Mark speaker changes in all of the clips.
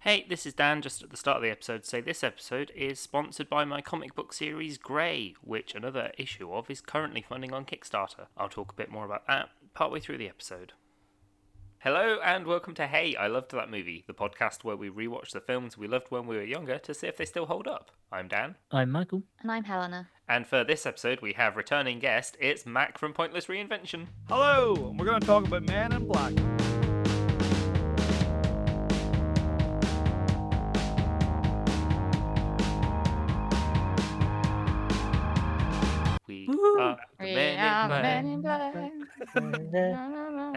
Speaker 1: Hey, this is Dan. Just at the start of the episode, to say this episode is sponsored by my comic book series Grey, which another issue of is currently funding on Kickstarter. I'll talk a bit more about that partway through the episode. Hello and welcome to Hey, I Loved That Movie, the podcast where we rewatch the films we loved when we were younger to see if they still hold up. I'm Dan,
Speaker 2: I'm Oh, Michael.
Speaker 3: And I'm Helena.
Speaker 1: and for this episode we have returning guest, it's Mac from Pointless Reinvention.
Speaker 4: Hello, and we're going to talk about Man in Black.
Speaker 1: We
Speaker 2: Woohoo.
Speaker 1: are the men in black.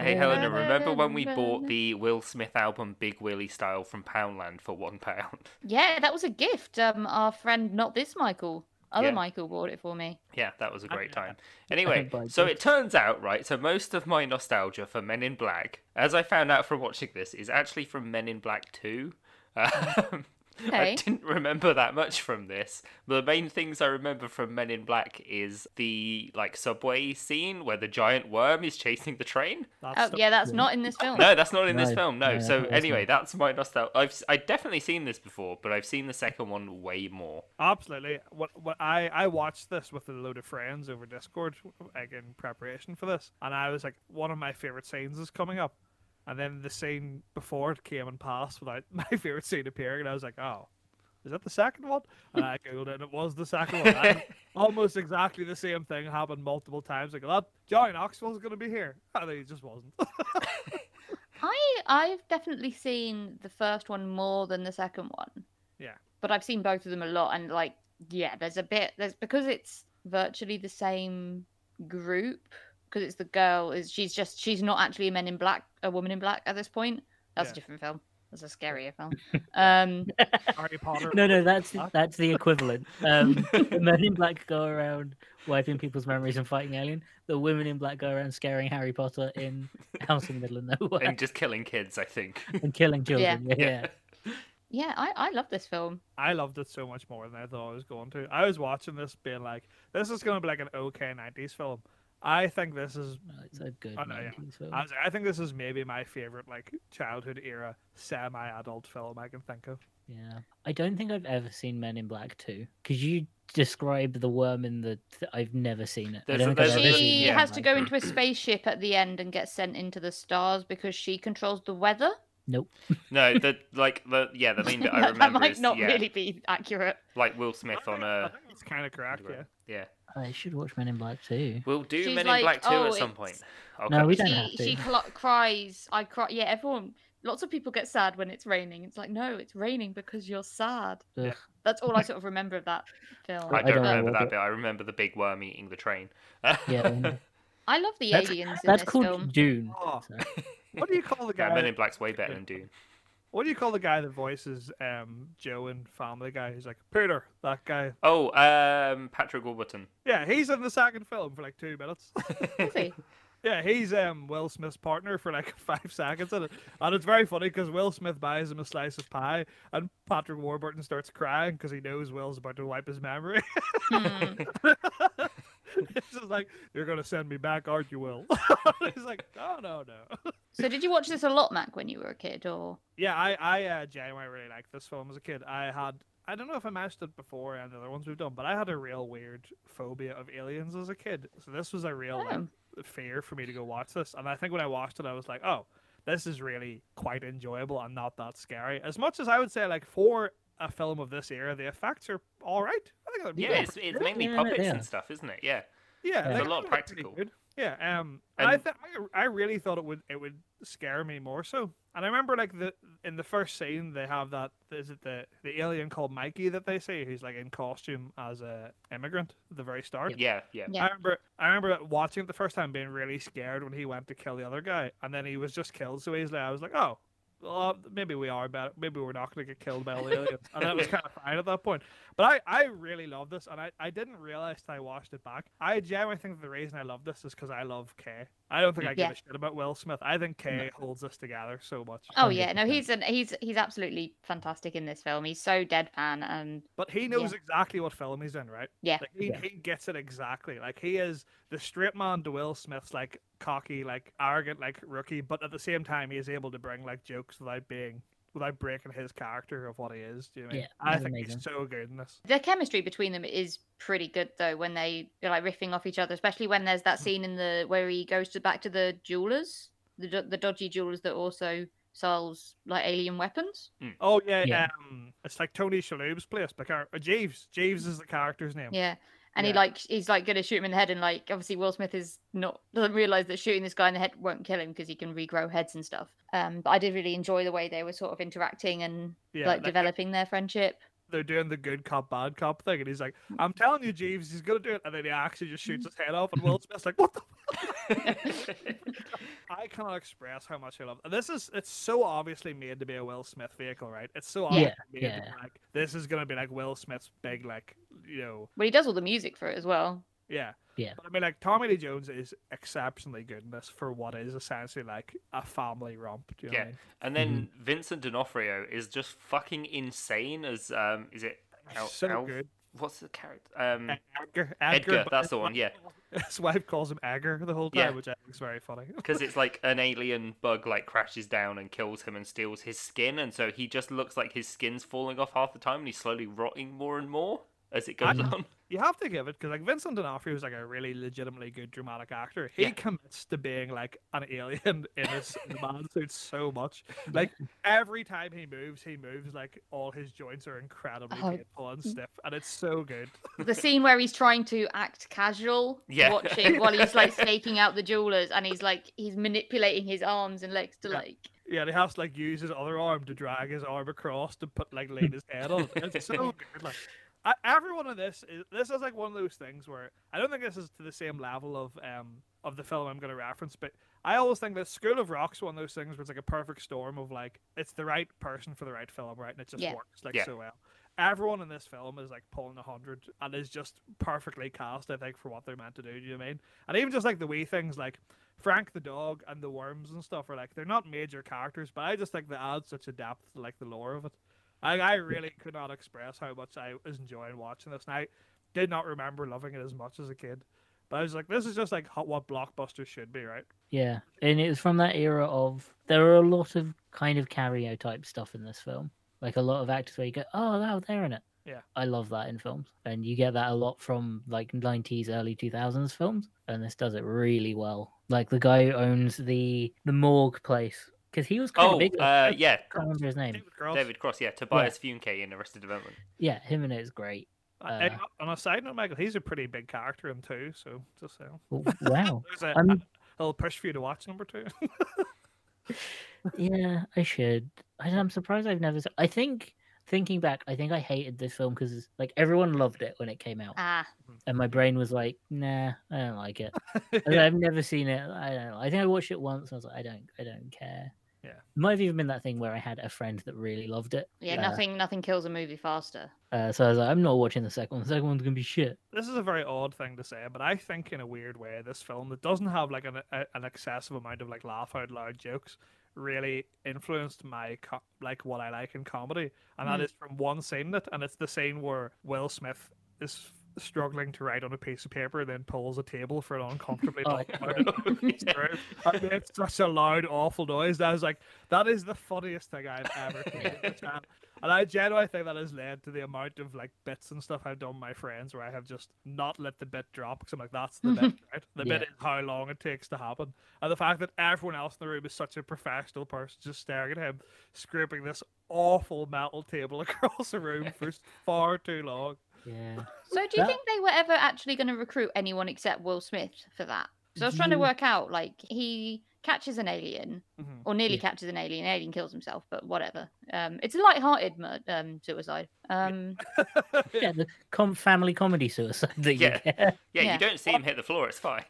Speaker 1: Hey Helena, remember when we bought the Will Smith album Big Willie Style from Poundland for one pound?
Speaker 3: Yeah, that was a gift. Um, our friend, not this Michael, other
Speaker 1: Yeah.
Speaker 3: Michael bought it for me.
Speaker 1: Yeah, that was a great time.
Speaker 2: I
Speaker 1: Anyway,
Speaker 2: buy
Speaker 1: so it turns out, right, so most of my nostalgia for Men in Black, as I found out from watching this, is actually from Men in Black 2. Um, I
Speaker 3: Okay.
Speaker 1: didn't remember that much from this. The main things I remember from Men in Black is the like subway scene where the giant worm is chasing the train.
Speaker 3: Oh,
Speaker 4: That's the-
Speaker 3: yeah, that's not in this film.
Speaker 1: No, that's not in this
Speaker 2: No,
Speaker 1: film. No.
Speaker 2: no, that
Speaker 1: so
Speaker 2: wasn't.
Speaker 1: anyway, that's my nostalgia. I've s- I definitely seen this before, but I've seen the second one way more.
Speaker 4: Absolutely. What, what I, I watched this with a load of friends over Discord, like in preparation for this, and I was like, one of my favorite scenes is coming up. And then the scene before it came and passed without my favorite scene appearing, and I was like, oh, is that the second one? And I googled it, and it was the second one. And almost exactly the same thing happened multiple times. Like, that Johnny Knoxville's going to be here. And he just wasn't.
Speaker 3: I I've definitely seen the first one more than the second one.
Speaker 4: Yeah.
Speaker 3: But I've seen both of them a lot, and like, yeah, there's a bit there's because it's virtually the same group because it's the girl is she's just she's not actually a Men in Black a woman in black at this point. That's
Speaker 4: Yeah.
Speaker 3: a different film. That's a scarier film. Um,
Speaker 4: Harry Potter.
Speaker 2: No, no, that's
Speaker 4: Black?
Speaker 2: that's the equivalent. Um, the men in black go around wiping people's memories and fighting alien. The women in black go around scaring Harry Potter in house in the middle of nowhere
Speaker 1: and
Speaker 2: and,
Speaker 1: just killing kids, I think.
Speaker 2: killing children. Yeah.
Speaker 1: Yeah.
Speaker 3: yeah, I I love this film.
Speaker 4: I loved it so much more than I thought I was going to. I was watching this being like, this is going to be like an okay 90s film. I think this is,
Speaker 2: Oh, it's a good.
Speaker 4: I know, yeah.
Speaker 2: 90s film.
Speaker 4: I, was like, I think this is maybe my favorite like childhood era semi-adult film I can think of.
Speaker 2: Yeah, I don't think I've ever seen Men in Black Two. Could you describe the worm in the? Th- I've never seen it. I
Speaker 1: There's
Speaker 2: don't
Speaker 1: a-
Speaker 2: think I've
Speaker 1: there's a-
Speaker 2: ever
Speaker 1: there's a-
Speaker 3: she
Speaker 2: seen
Speaker 1: yeah.
Speaker 3: has to
Speaker 2: Men in
Speaker 3: go into a spaceship at the end and get sent into the stars because she controls the weather.
Speaker 1: No, the like the yeah, the main bit I
Speaker 3: That- that
Speaker 1: remember
Speaker 3: might
Speaker 1: is
Speaker 3: not
Speaker 1: yeah,
Speaker 3: really be accurate.
Speaker 1: like Will Smith on
Speaker 4: I
Speaker 1: a
Speaker 4: think it's kind of correct, yeah.
Speaker 1: yeah.
Speaker 2: Black. I should watch Men in Black Two.
Speaker 1: We'll do
Speaker 3: She's
Speaker 1: Men in
Speaker 3: like,
Speaker 1: Black Two
Speaker 3: "Oh,
Speaker 1: at some
Speaker 3: it's-
Speaker 1: point. I'll
Speaker 2: No,
Speaker 1: cut
Speaker 2: we
Speaker 1: this
Speaker 2: don't
Speaker 1: out.
Speaker 2: have
Speaker 3: she, she
Speaker 2: to.
Speaker 3: cl- cries. I cry. Yeah, everyone. Lots of people get sad when it's raining. It's like, no, it's raining because you're sad.
Speaker 2: Ugh.
Speaker 3: That's all I sort of remember of that film.
Speaker 2: I
Speaker 1: I don't
Speaker 2: don't know
Speaker 1: remember
Speaker 2: what
Speaker 1: that
Speaker 2: it-
Speaker 1: bit. I remember the big worm eating the train.
Speaker 2: Yeah,
Speaker 3: I love the
Speaker 2: That's-
Speaker 3: aliens in
Speaker 2: That's
Speaker 3: this
Speaker 2: called
Speaker 3: film.
Speaker 2: Dune.
Speaker 4: Oh,
Speaker 2: so-
Speaker 4: what do you call the
Speaker 1: Yeah, Men
Speaker 4: guy?
Speaker 1: in Black's way better than Dune.
Speaker 4: What do you call the guy that voices um, Joe in Family Guy? Who's like Peter, that guy.
Speaker 1: Oh, um, Patrick Warburton.
Speaker 4: Yeah, he's in the second film for like two minutes.
Speaker 3: Is he?
Speaker 4: Yeah, he's um, Will Smith's partner for like five seconds, in it. and it's very funny because Will Smith buys him a slice of pie, and Patrick Warburton starts crying because he knows Will's about to wipe his memory.
Speaker 3: Hmm.
Speaker 4: it's just like you're gonna send me back, aren't you, Will? he's like, no, no, no.
Speaker 3: So, did you watch this a lot, Mac, when you were a kid? Or
Speaker 4: Yeah, I, I uh, genuinely really liked this film as a kid. I had, I don't know if I mentioned it before and the other ones we've done, but I had a real weird phobia of aliens as a kid. So this was a real like,
Speaker 3: Oh.
Speaker 4: fear for me to go watch this. And I think when I watched it, I was like, oh, this is really quite enjoyable and not that scary. As much as I would say, like, for a film of this era, the effects are all right. I think they're
Speaker 1: Yeah, it's, it's mainly
Speaker 2: Yeah,
Speaker 1: puppets
Speaker 2: yeah.
Speaker 1: and stuff, isn't it? Yeah.
Speaker 4: yeah,
Speaker 2: There's
Speaker 4: like,
Speaker 1: a
Speaker 4: I
Speaker 1: lot of
Speaker 4: think they're pretty
Speaker 1: practical.
Speaker 4: good. Yeah, um, and I,
Speaker 1: And-
Speaker 4: th- I I really thought it would it would scare me more so. And I remember like the in the first scene they have that is it the the alien called Mikey that they see who's like in costume as a immigrant at the very start.
Speaker 1: Yeah, yeah.
Speaker 3: Yeah.
Speaker 4: I remember I remember watching it the first time being really scared when he went to kill the other guy and then he was just killed so easily. I was like, oh. Well, maybe we are better. Maybe we're not going to get killed by all the aliens. And that was kind of fine at that point. But I, I really love this, and I, I didn't realize till I watched it back. I genuinely think the reason I love this is because I love Kay. I don't think I give
Speaker 3: Yeah.
Speaker 4: a shit about Will Smith. I think Kay holds us together so much.
Speaker 3: oh yeah, no,
Speaker 2: 100%.
Speaker 3: he's an, he's he's absolutely fantastic in this film. He's so deadpan and
Speaker 4: But he knows exactly what film he's in, right?
Speaker 3: Yeah.
Speaker 4: Like he,
Speaker 2: Yeah.
Speaker 4: he gets it exactly. Like he is the straight man to Will Smith's like cocky, like arrogant, like rookie, but at the same time he is able to bring like jokes without being without breaking his character of what he is. Do you know what I mean?
Speaker 2: Yeah,
Speaker 4: I
Speaker 2: that's
Speaker 4: think
Speaker 2: amazing.
Speaker 4: he's so good in this.
Speaker 3: The chemistry between them is pretty good though when they they're like riffing off each other, especially when there's
Speaker 4: Mm.
Speaker 3: that scene in the where he goes to back to the jewelers, the do- the dodgy jewelers that also sells like alien weapons.
Speaker 4: Oh yeah,
Speaker 2: Yeah.
Speaker 4: um, it's like Tony Shalhoub's place. But car- uh, Jeeves, Jeeves is the character's name.
Speaker 3: Yeah. And he
Speaker 4: Yeah.
Speaker 3: like he's like gonna shoot him in the head, and like obviously Will Smith is not doesn't realize that shooting this guy in the head won't kill him because he can regrow heads and stuff. Um, but I did really enjoy the way they were sort of interacting and
Speaker 4: Yeah,
Speaker 3: like
Speaker 4: like-
Speaker 3: developing their friendship.
Speaker 4: They're doing the good cop, bad cop thing, and he's like, "I'm telling you, Jeeves, he's gonna do it," and then he actually just shoots his head off, and Will Smith's like, "What the I cannot express how much I love. This is it's so obviously made to be a Will Smith vehicle, right? It's so obviously
Speaker 2: Yeah,
Speaker 4: made to be
Speaker 2: yeah.
Speaker 4: like this is gonna be like Will Smith's big like you know
Speaker 3: But he does all the music for it as well.
Speaker 4: yeah.
Speaker 2: Yeah.
Speaker 4: But I mean like Tommy Lee Jones is exceptionally good in this for what is essentially like a family romp. Do you know
Speaker 1: Yeah.
Speaker 4: what I mean?
Speaker 1: And then
Speaker 4: Mm-hmm.
Speaker 1: Vincent D'Onofrio is just fucking insane as um is it El-
Speaker 4: so
Speaker 1: Elf?
Speaker 4: good.
Speaker 1: What's the character? Um
Speaker 4: Edgar,
Speaker 1: Edgar,
Speaker 4: Edgar, but
Speaker 1: that's
Speaker 4: his
Speaker 1: the one,
Speaker 4: wi-
Speaker 1: yeah.
Speaker 4: His wife calls him Edgar the whole
Speaker 1: Yeah.
Speaker 4: time, which I think is very funny.
Speaker 1: because it's like an alien bug like crashes down and kills him and steals his skin and so he just looks like his skin's falling off half the time and he's slowly rotting more and more as it goes
Speaker 4: I-
Speaker 1: on
Speaker 4: you have to give it because like Vincent D'Onofrio is like a really legitimately good dramatic actor. He
Speaker 1: Yeah.
Speaker 4: commits to being like an alien in his man suit so much. Like every time he moves, he moves like all his joints are incredibly
Speaker 3: Oh.
Speaker 4: painful and stiff, and it's so good.
Speaker 3: the scene where he's trying to act casual
Speaker 1: Yeah.
Speaker 3: watching while he's like staking out the jewelers and he's like he's manipulating his arms and legs to
Speaker 4: Yeah.
Speaker 3: like
Speaker 4: Yeah, and he has to like use his other arm to drag his arm across to put like lean his head on. It's so good. Like I, everyone in this is this is like one of those things where I don't think this is to the same level of um of the film I'm going to reference, but I always think that School of Rock's one of those things where it's like a perfect storm of like it's the right person for the right film, right, and it just
Speaker 3: Yeah.
Speaker 4: works like
Speaker 1: Yeah.
Speaker 4: so well. Everyone in this film is like pulling a hundred and is just perfectly cast, I think, for what they're meant to do. Do you know what I mean? And even just like the wee things like Frank the dog and the worms and stuff are like they're not major characters, but I just think they add such a depth to like the lore of it. I, I really could not express how much I was enjoying watching this, and I did not remember loving it as much as a kid. But I was like, this is just like ho- what blockbusters should be, right?
Speaker 2: Yeah, and it was from that era of there are a lot of kind of cameo type stuff in this film, like a lot of actors where you go, "Oh, wow, they're in it."
Speaker 4: Yeah.
Speaker 2: I love that in films, and you get that a lot from like '90s, early 2000s films, and this does it really well. Like the guy who owns the the morgue place, because he was kind
Speaker 1: oh
Speaker 2: of big.
Speaker 1: uh,
Speaker 2: I
Speaker 1: yeah
Speaker 2: can't remember his name.
Speaker 4: David Cross.
Speaker 1: david cross yeah tobias funke in arrested development
Speaker 2: Yeah, him and it is great. uh,
Speaker 4: Uh, on a side note, Michael, he's a pretty big character in two, so just so
Speaker 2: Oh, Wow.
Speaker 4: there's a,
Speaker 2: Um,
Speaker 4: a little push for you to watch number two.
Speaker 2: Yeah, I should. I- I'm surprised I've never. s- I think thinking back, I think I hated this film because like everyone loved it when it came out,
Speaker 3: ah
Speaker 2: and my brain was like, "Nah, I don't like it. And
Speaker 4: yeah.
Speaker 2: I've never seen it. I don't know. I think I watched it once. And I was like, I don't. I don't care."
Speaker 4: Yeah.
Speaker 2: Might have even been that thing where I had a friend that really loved it.
Speaker 3: yeah,
Speaker 2: Uh,
Speaker 3: nothing nothing kills a movie faster.
Speaker 2: Uh, so I was like, I'm not watching the second one. The second one's gonna be shit.
Speaker 4: This is a very odd thing to say, but I think in a weird way, this film that doesn't have like an, a, an excessive amount of like laugh out loud jokes really influenced my co- like what I like in comedy, and that
Speaker 3: Mm.
Speaker 4: is from one scene in it, and it's the scene where Will Smith is struggling to write on a piece of paper, then pulls a table for an uncomfortably
Speaker 2: Oh,
Speaker 4: long time. I made such a loud, awful noise. that I was like, that is the funniest thing I've ever seen. on the channel." and I genuinely think that has led to the amount of like bits and stuff I've done with my friends where I have just not let the bit drop because I'm like, that's the bit, right? The bit
Speaker 2: Yeah.
Speaker 4: is how long it takes to happen. And the fact that everyone else in the room is such a professional person just staring at him, scraping this awful metal table across the room for far too long.
Speaker 2: Yeah.
Speaker 3: So do you
Speaker 2: That-
Speaker 3: think they were ever actually going to recruit anyone except Will Smith for that? So I was trying to
Speaker 2: Yeah.
Speaker 3: work out like he catches an alien
Speaker 4: Mhm.
Speaker 3: or nearly
Speaker 2: Yeah.
Speaker 3: catches an alien, alien kills himself, but whatever. Um, it's a light-hearted mur- um, suicide. Um,
Speaker 2: Yeah. The com- family comedy suicide that you
Speaker 1: Yeah.
Speaker 2: get.
Speaker 1: yeah,
Speaker 3: Yeah.
Speaker 1: you don't see him hit the floor it's fine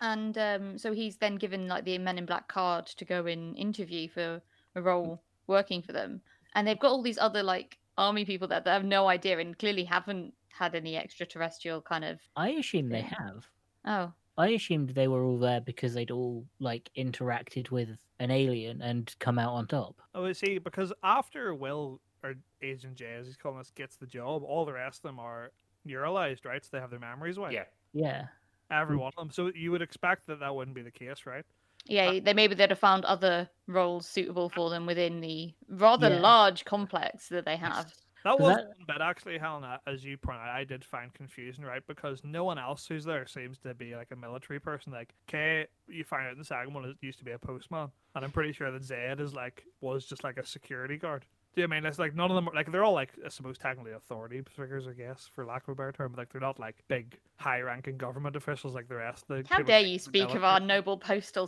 Speaker 3: And um, so he's then given like the Men in Black card to go and interview for a role working for them. And they've got all these other like army people that, that have no idea and clearly haven't had any extraterrestrial kind of
Speaker 2: I assume they
Speaker 3: Yeah.
Speaker 2: have.
Speaker 3: oh
Speaker 2: I assumed they were all there because they'd all like interacted with an alien and come out on top.
Speaker 4: Oh, you see, because after Will or Agent J, as he's calling us, gets the job, all the rest of them are neuralized, right? So they have their memories away.
Speaker 1: yeah
Speaker 2: Yeah.
Speaker 4: Every one of them. So you would expect that that wouldn't be the case, right?
Speaker 3: Yeah, they maybe they'd have found other roles suitable for them within the rather
Speaker 2: Yeah.
Speaker 3: large complex that they have.
Speaker 4: That
Speaker 2: So
Speaker 4: was
Speaker 2: that-
Speaker 4: one bit actually, Helena, as you point out, I did find confusing, right? Because no one else who's there seems to be like a military person. Like Kay, you find out in the second one, it used to be a postman, and I'm pretty sure that Zed is like was just like a security guard. Do you mean it's like none of them? are- Like they're all like I suppose technically authority figures, I guess, for lack of a better term. But like they're not like big, high-ranking government officials like the rest. Of the
Speaker 3: How
Speaker 4: people
Speaker 3: dare
Speaker 4: in
Speaker 3: you
Speaker 4: the
Speaker 3: speak of
Speaker 4: military.
Speaker 3: our noble postal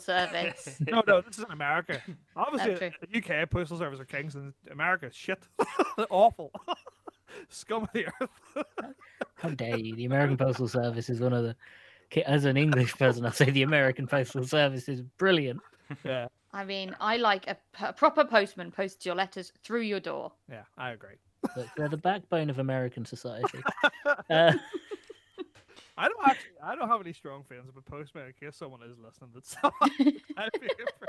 Speaker 3: service?
Speaker 4: No, no, this is in America. Obviously,
Speaker 3: true.
Speaker 4: the UK postal service are kings, and America is shit. They're awful. Scum of the earth.
Speaker 2: How dare you? The American Postal Service is one of the. K- As an English person, I'll say the American Postal Service is brilliant.
Speaker 4: Yeah,
Speaker 3: I mean, I like a, p- a proper postman posts your letters through your door.
Speaker 4: yeah, I agree.
Speaker 2: But they're the backbone of American society. Uh,
Speaker 4: I don't actually, I don't have any strong feelings about postmen. In case someone is listening, that's I feel for-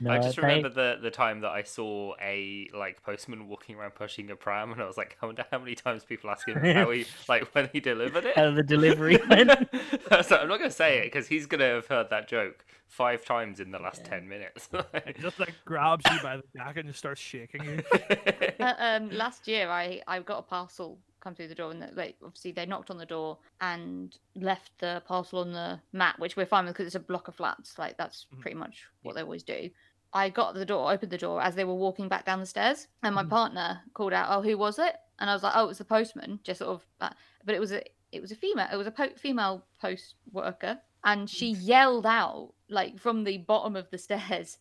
Speaker 2: no,
Speaker 1: I just
Speaker 2: they-
Speaker 1: remember the, the time that I saw a like postman walking around pushing a pram, and I was like, I wonder how many times people ask him how he like when he delivered it.
Speaker 2: how the delivery went.
Speaker 1: I was like, I'm not gonna say it because he's gonna have heard that joke five times in the last
Speaker 2: Yeah.
Speaker 1: ten minutes.
Speaker 4: it just like grabs you by the jacket and just starts shaking you.
Speaker 3: uh, um, last year, I, I got a parcel come through the door, and that- like obviously they knocked on the door and left the parcel on the mat, which we're fine with because it's a block of flats. Like that's
Speaker 4: Mhm.
Speaker 3: pretty much what they always do. I got the door, opened the door as they were walking back down the stairs, and my
Speaker 2: Mhm.
Speaker 3: partner called out, "Oh, who was it?" And I was like, "Oh, it was the postman." Just sort of, uh, but it was a it was a female it was a po- female post worker, and she yelled out like from the bottom of the stairs,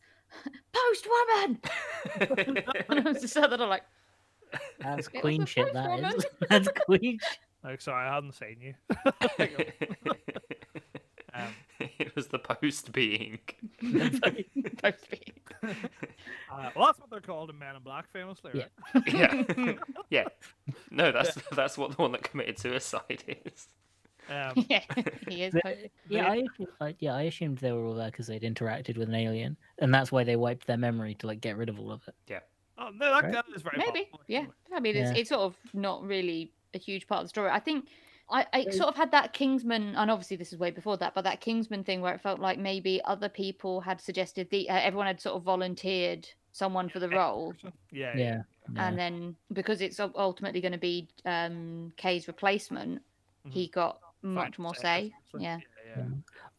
Speaker 3: "Post woman!" and I was just sat there like.
Speaker 2: That's
Speaker 3: It was
Speaker 2: queen
Speaker 3: a
Speaker 2: shit,
Speaker 3: first
Speaker 2: that
Speaker 3: woman.
Speaker 2: is. That's queen shit.
Speaker 4: Like, sorry, I hadn't seen you. Um,
Speaker 1: it was the post being.
Speaker 3: Post being.
Speaker 4: uh, well, that's what they're called in Men in Black, famously.
Speaker 2: Yeah.
Speaker 4: Right?
Speaker 1: yeah, yeah. No, that's that's what the one that committed suicide is.
Speaker 4: Um,
Speaker 3: yeah, he is.
Speaker 2: The-
Speaker 3: post-
Speaker 2: Yeah, I, assume- I- yeah, I assumed they were all there because they'd interacted with an alien, and that's why they wiped their memory to like get rid of all of it.
Speaker 4: oh, no, that,
Speaker 2: Right.
Speaker 4: that is very
Speaker 3: Maybe,
Speaker 4: possible,
Speaker 3: yeah.
Speaker 4: actually.
Speaker 3: I mean, it's,
Speaker 2: Yeah.
Speaker 3: it's sort of not really a huge part of the story. I think I, I
Speaker 2: So-
Speaker 3: sort of had that Kingsman, and obviously this is way before that, but that Kingsman thing where it felt like maybe other people had suggested the uh, everyone had sort of volunteered someone for the role,
Speaker 4: Yeah, yeah.
Speaker 2: Yeah, yeah.
Speaker 3: and then because it's ul- ultimately going to be um, Kay's replacement, he got much more say. Yeah.
Speaker 4: yeah, yeah.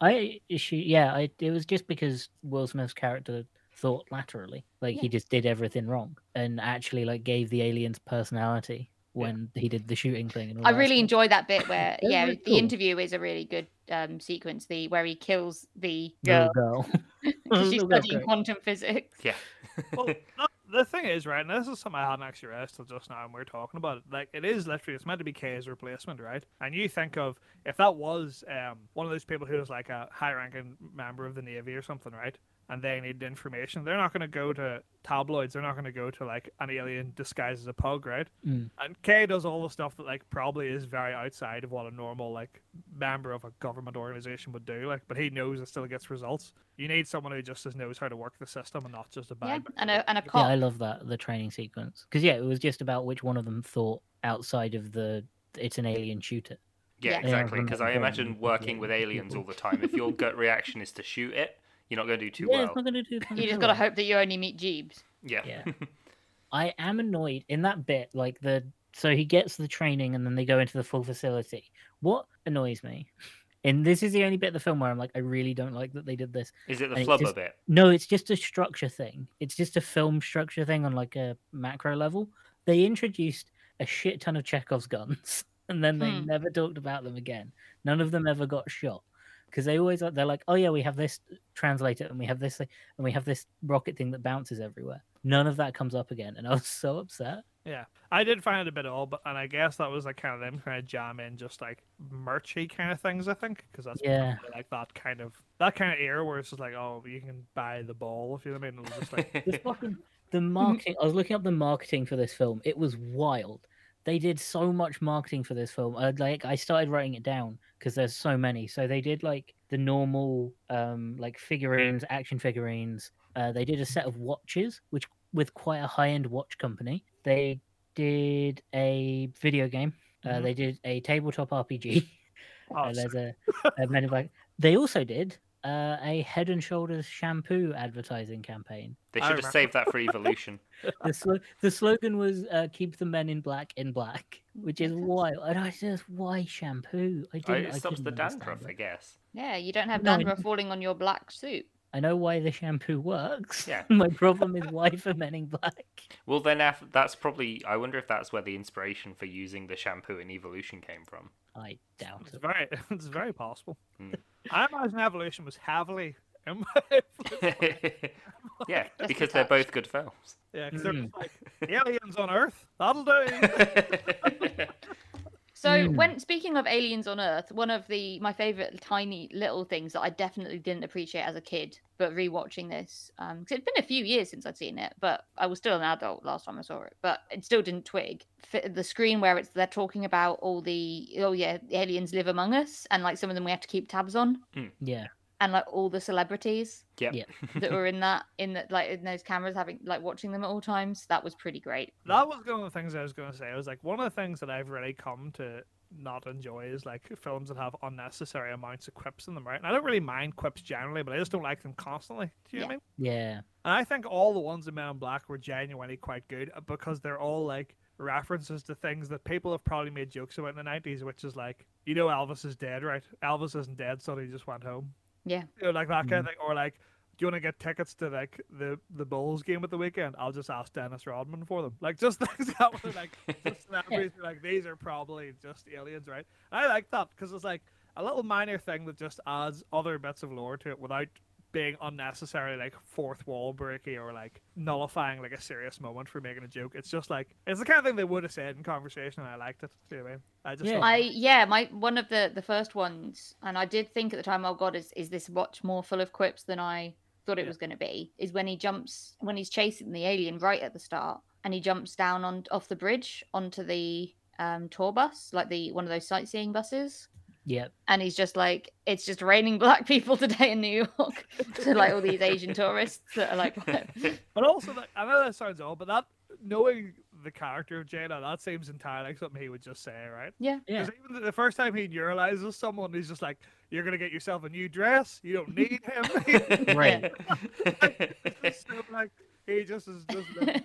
Speaker 2: I issue, yeah, I, it was just because Will Smith's character thought laterally, like he
Speaker 3: Yeah.
Speaker 2: just did everything wrong, and actually like gave the aliens personality
Speaker 4: Yeah.
Speaker 2: when he did the shooting thing. And all
Speaker 3: I
Speaker 2: that
Speaker 3: really
Speaker 2: stuff.
Speaker 3: enjoyed that bit where,
Speaker 2: was
Speaker 3: yeah,
Speaker 2: really
Speaker 3: the
Speaker 2: cool.
Speaker 3: interview is a really good um, sequence. The where he kills the
Speaker 2: Little girl.
Speaker 3: girl 'cause she's
Speaker 2: Little girl's
Speaker 3: studying
Speaker 2: great.
Speaker 3: quantum physics.
Speaker 1: Yeah.
Speaker 4: well, no, the thing is, right, and this is something I hadn't actually realized till just now, and we are talking about it. Like, it is literally it's meant to be Kay's replacement, right? And you think of if that was um, one of those people who was like a high-ranking member of the navy or something, right? And they need information. They're not going to go to tabloids. They're not going to go to like an alien disguised as a pug, right?
Speaker 2: Mm.
Speaker 4: And Kay does all the stuff that like probably is very outside of what a normal like member of a government organization would do. Like, but he knows and still gets results. You need someone who just as knows how to work the system and not just a bad.
Speaker 3: Yeah,
Speaker 4: member
Speaker 3: and
Speaker 4: of
Speaker 3: a- and a
Speaker 4: the-
Speaker 2: Yeah,
Speaker 3: cop.
Speaker 2: I love that the training sequence because yeah, it was just about which one of them thought outside of the it's an alien shooter.
Speaker 1: Yeah,
Speaker 3: Yeah.
Speaker 1: exactly.
Speaker 2: Yeah,
Speaker 1: Because I
Speaker 2: I'm
Speaker 1: imagine
Speaker 2: very
Speaker 1: working with
Speaker 2: confused.
Speaker 1: aliens all the time, if your gut reaction is to shoot it, you're not going to do too
Speaker 2: yeah,
Speaker 1: well.
Speaker 2: it's not going to do.
Speaker 3: You just
Speaker 2: fucking
Speaker 3: got to
Speaker 2: well.
Speaker 3: hope that you only meet Jeebs.
Speaker 1: Yeah.
Speaker 2: Yeah. I am annoyed in that bit, like the so he gets the training and then they go into the full facility. What annoys me, and this is the only bit of the film where I'm like, I really don't like that they did this.
Speaker 1: Is it the
Speaker 2: And it's
Speaker 1: flubber
Speaker 2: just-
Speaker 1: bit?
Speaker 2: No, it's just a structure thing. It's just a film structure thing on like a macro level. They introduced a shit ton of Chekhov's guns, and then they
Speaker 3: Hmm.
Speaker 2: never talked about them again. None of them ever got shot because they always they're like, oh yeah, we have this translator, and we have this thing, and we have this rocket thing that bounces everywhere. None of that comes up again, and I was so upset.
Speaker 4: I did find it a bit odd, but and I guess that was like kind of them kind of jam in just like merchy kind of things. I think because that's
Speaker 2: Yeah.
Speaker 4: probably, like that kind of that kind of era where it's just like, oh, you can buy the ball if you know what I mean. It was just like
Speaker 2: the fucking the marketing. I was looking up the marketing for this film. It was wild. They did so much marketing for this film. I, like I started writing it down because there's so many. So they did like the normal um like figurines, action figurines. Uh, they did a set of watches, which with quite a high end watch company. They did a video game. Uh,
Speaker 4: Mhm.
Speaker 2: They did a tabletop RPG.
Speaker 4: oh,
Speaker 2: Uh, there's a, a Men in Black. They also did uh, a Head and Shoulders shampoo advertising campaign.
Speaker 1: They
Speaker 4: I
Speaker 1: should have
Speaker 4: remember.
Speaker 1: saved that for Evolution.
Speaker 2: The, slo- the slogan was uh, "Keep the men in black in black," which is wild. And I just, why shampoo? I
Speaker 1: I-
Speaker 2: didn't.
Speaker 1: Oh, it
Speaker 2: I
Speaker 1: stops
Speaker 2: couldn't
Speaker 1: the
Speaker 2: understand
Speaker 1: dandruff,
Speaker 2: it.
Speaker 1: I guess.
Speaker 3: Yeah, you don't have
Speaker 2: No.
Speaker 3: dandruff falling on your black suit.
Speaker 2: I know why the shampoo works.
Speaker 1: Yeah.
Speaker 2: My problem is why for Men in Black.
Speaker 1: Well, then af- that's probably. I wonder if that's where the inspiration for using the shampoo in Evolution came from.
Speaker 2: I doubt
Speaker 4: It's
Speaker 2: it.
Speaker 4: very, it's very possible.
Speaker 1: Mm.
Speaker 4: I imagine evolution was heavily. yeah,
Speaker 1: yeah,
Speaker 3: Just
Speaker 1: because they're
Speaker 3: attached.
Speaker 1: both good films.
Speaker 4: 'cause they're
Speaker 2: Mm.
Speaker 4: just like aliens on Earth. That'll do.
Speaker 3: So
Speaker 2: Mm.
Speaker 3: when speaking of aliens on Earth, one of the my favorite tiny little things that I definitely didn't appreciate as a kid, but rewatching this, um, 'cause it's been a few years since I'd seen it, but I was still an adult last time I saw it, but it still didn't twig Fi- the screen where it's they're talking about all the oh yeah the aliens live among us and like some of them we have to keep tabs on
Speaker 2: Yeah.
Speaker 3: and like all the celebrities
Speaker 1: yep.
Speaker 2: Yep.
Speaker 3: that were in that in that like in those cameras having like watching them at all times that was pretty great.
Speaker 4: That was one of the things I was going to say. I was like, one of the things that I've really come to not enjoy is like films that have unnecessary amounts of quips in them, right? And I don't really mind quips generally, but I just don't like them constantly. Do you know what I
Speaker 3: Yeah.
Speaker 4: mean?
Speaker 2: Yeah.
Speaker 4: And I think all the ones in Men in Black were genuinely quite good uh, because they're all like references to things that people have probably made jokes about in the nineties, which is like, you know, Elvis is dead, right? Elvis isn't dead, so he just went home.
Speaker 3: Yeah.
Speaker 4: You know, like that kind of thing, or like, do you want to get tickets to like the the Bulls game at the weekend? I'll just ask Dennis Rodman for them. Like just things that were like just celebrities were like these are probably just aliens, right? And I like that because it's like a little minor thing that just adds other bits of lore to it without being unnecessarily like fourth wall breaky or like nullifying like a serious moment for making a joke. It's just like it's the kind of thing they would have said in conversation, and I liked it. Do you know what I mean? I just
Speaker 2: Yeah.
Speaker 4: thought-
Speaker 3: I yeah, my one of the the first ones, and I did think at the time, oh god, is is this watch more full of quips than I thought it
Speaker 4: Yeah.
Speaker 3: was going to be? Is when he jumps when he's chasing the alien right at the start, and he jumps down on off the bridge onto the um, tour bus, like the one of those sightseeing buses.
Speaker 2: Yep.
Speaker 3: And he's just like, it's just raining black people today in New York. so like all these Asian tourists that are like,
Speaker 4: But also, like, I know that sounds odd, but that knowing the character of Jada, that seems entirely like something he would just say, right?
Speaker 3: yeah,
Speaker 2: Yeah.
Speaker 4: Because even the- the first time he neuralizes someone, he's just like, "You're gonna get yourself a new dress. You don't need him."
Speaker 2: Right.
Speaker 4: It's just so, like he just is just like,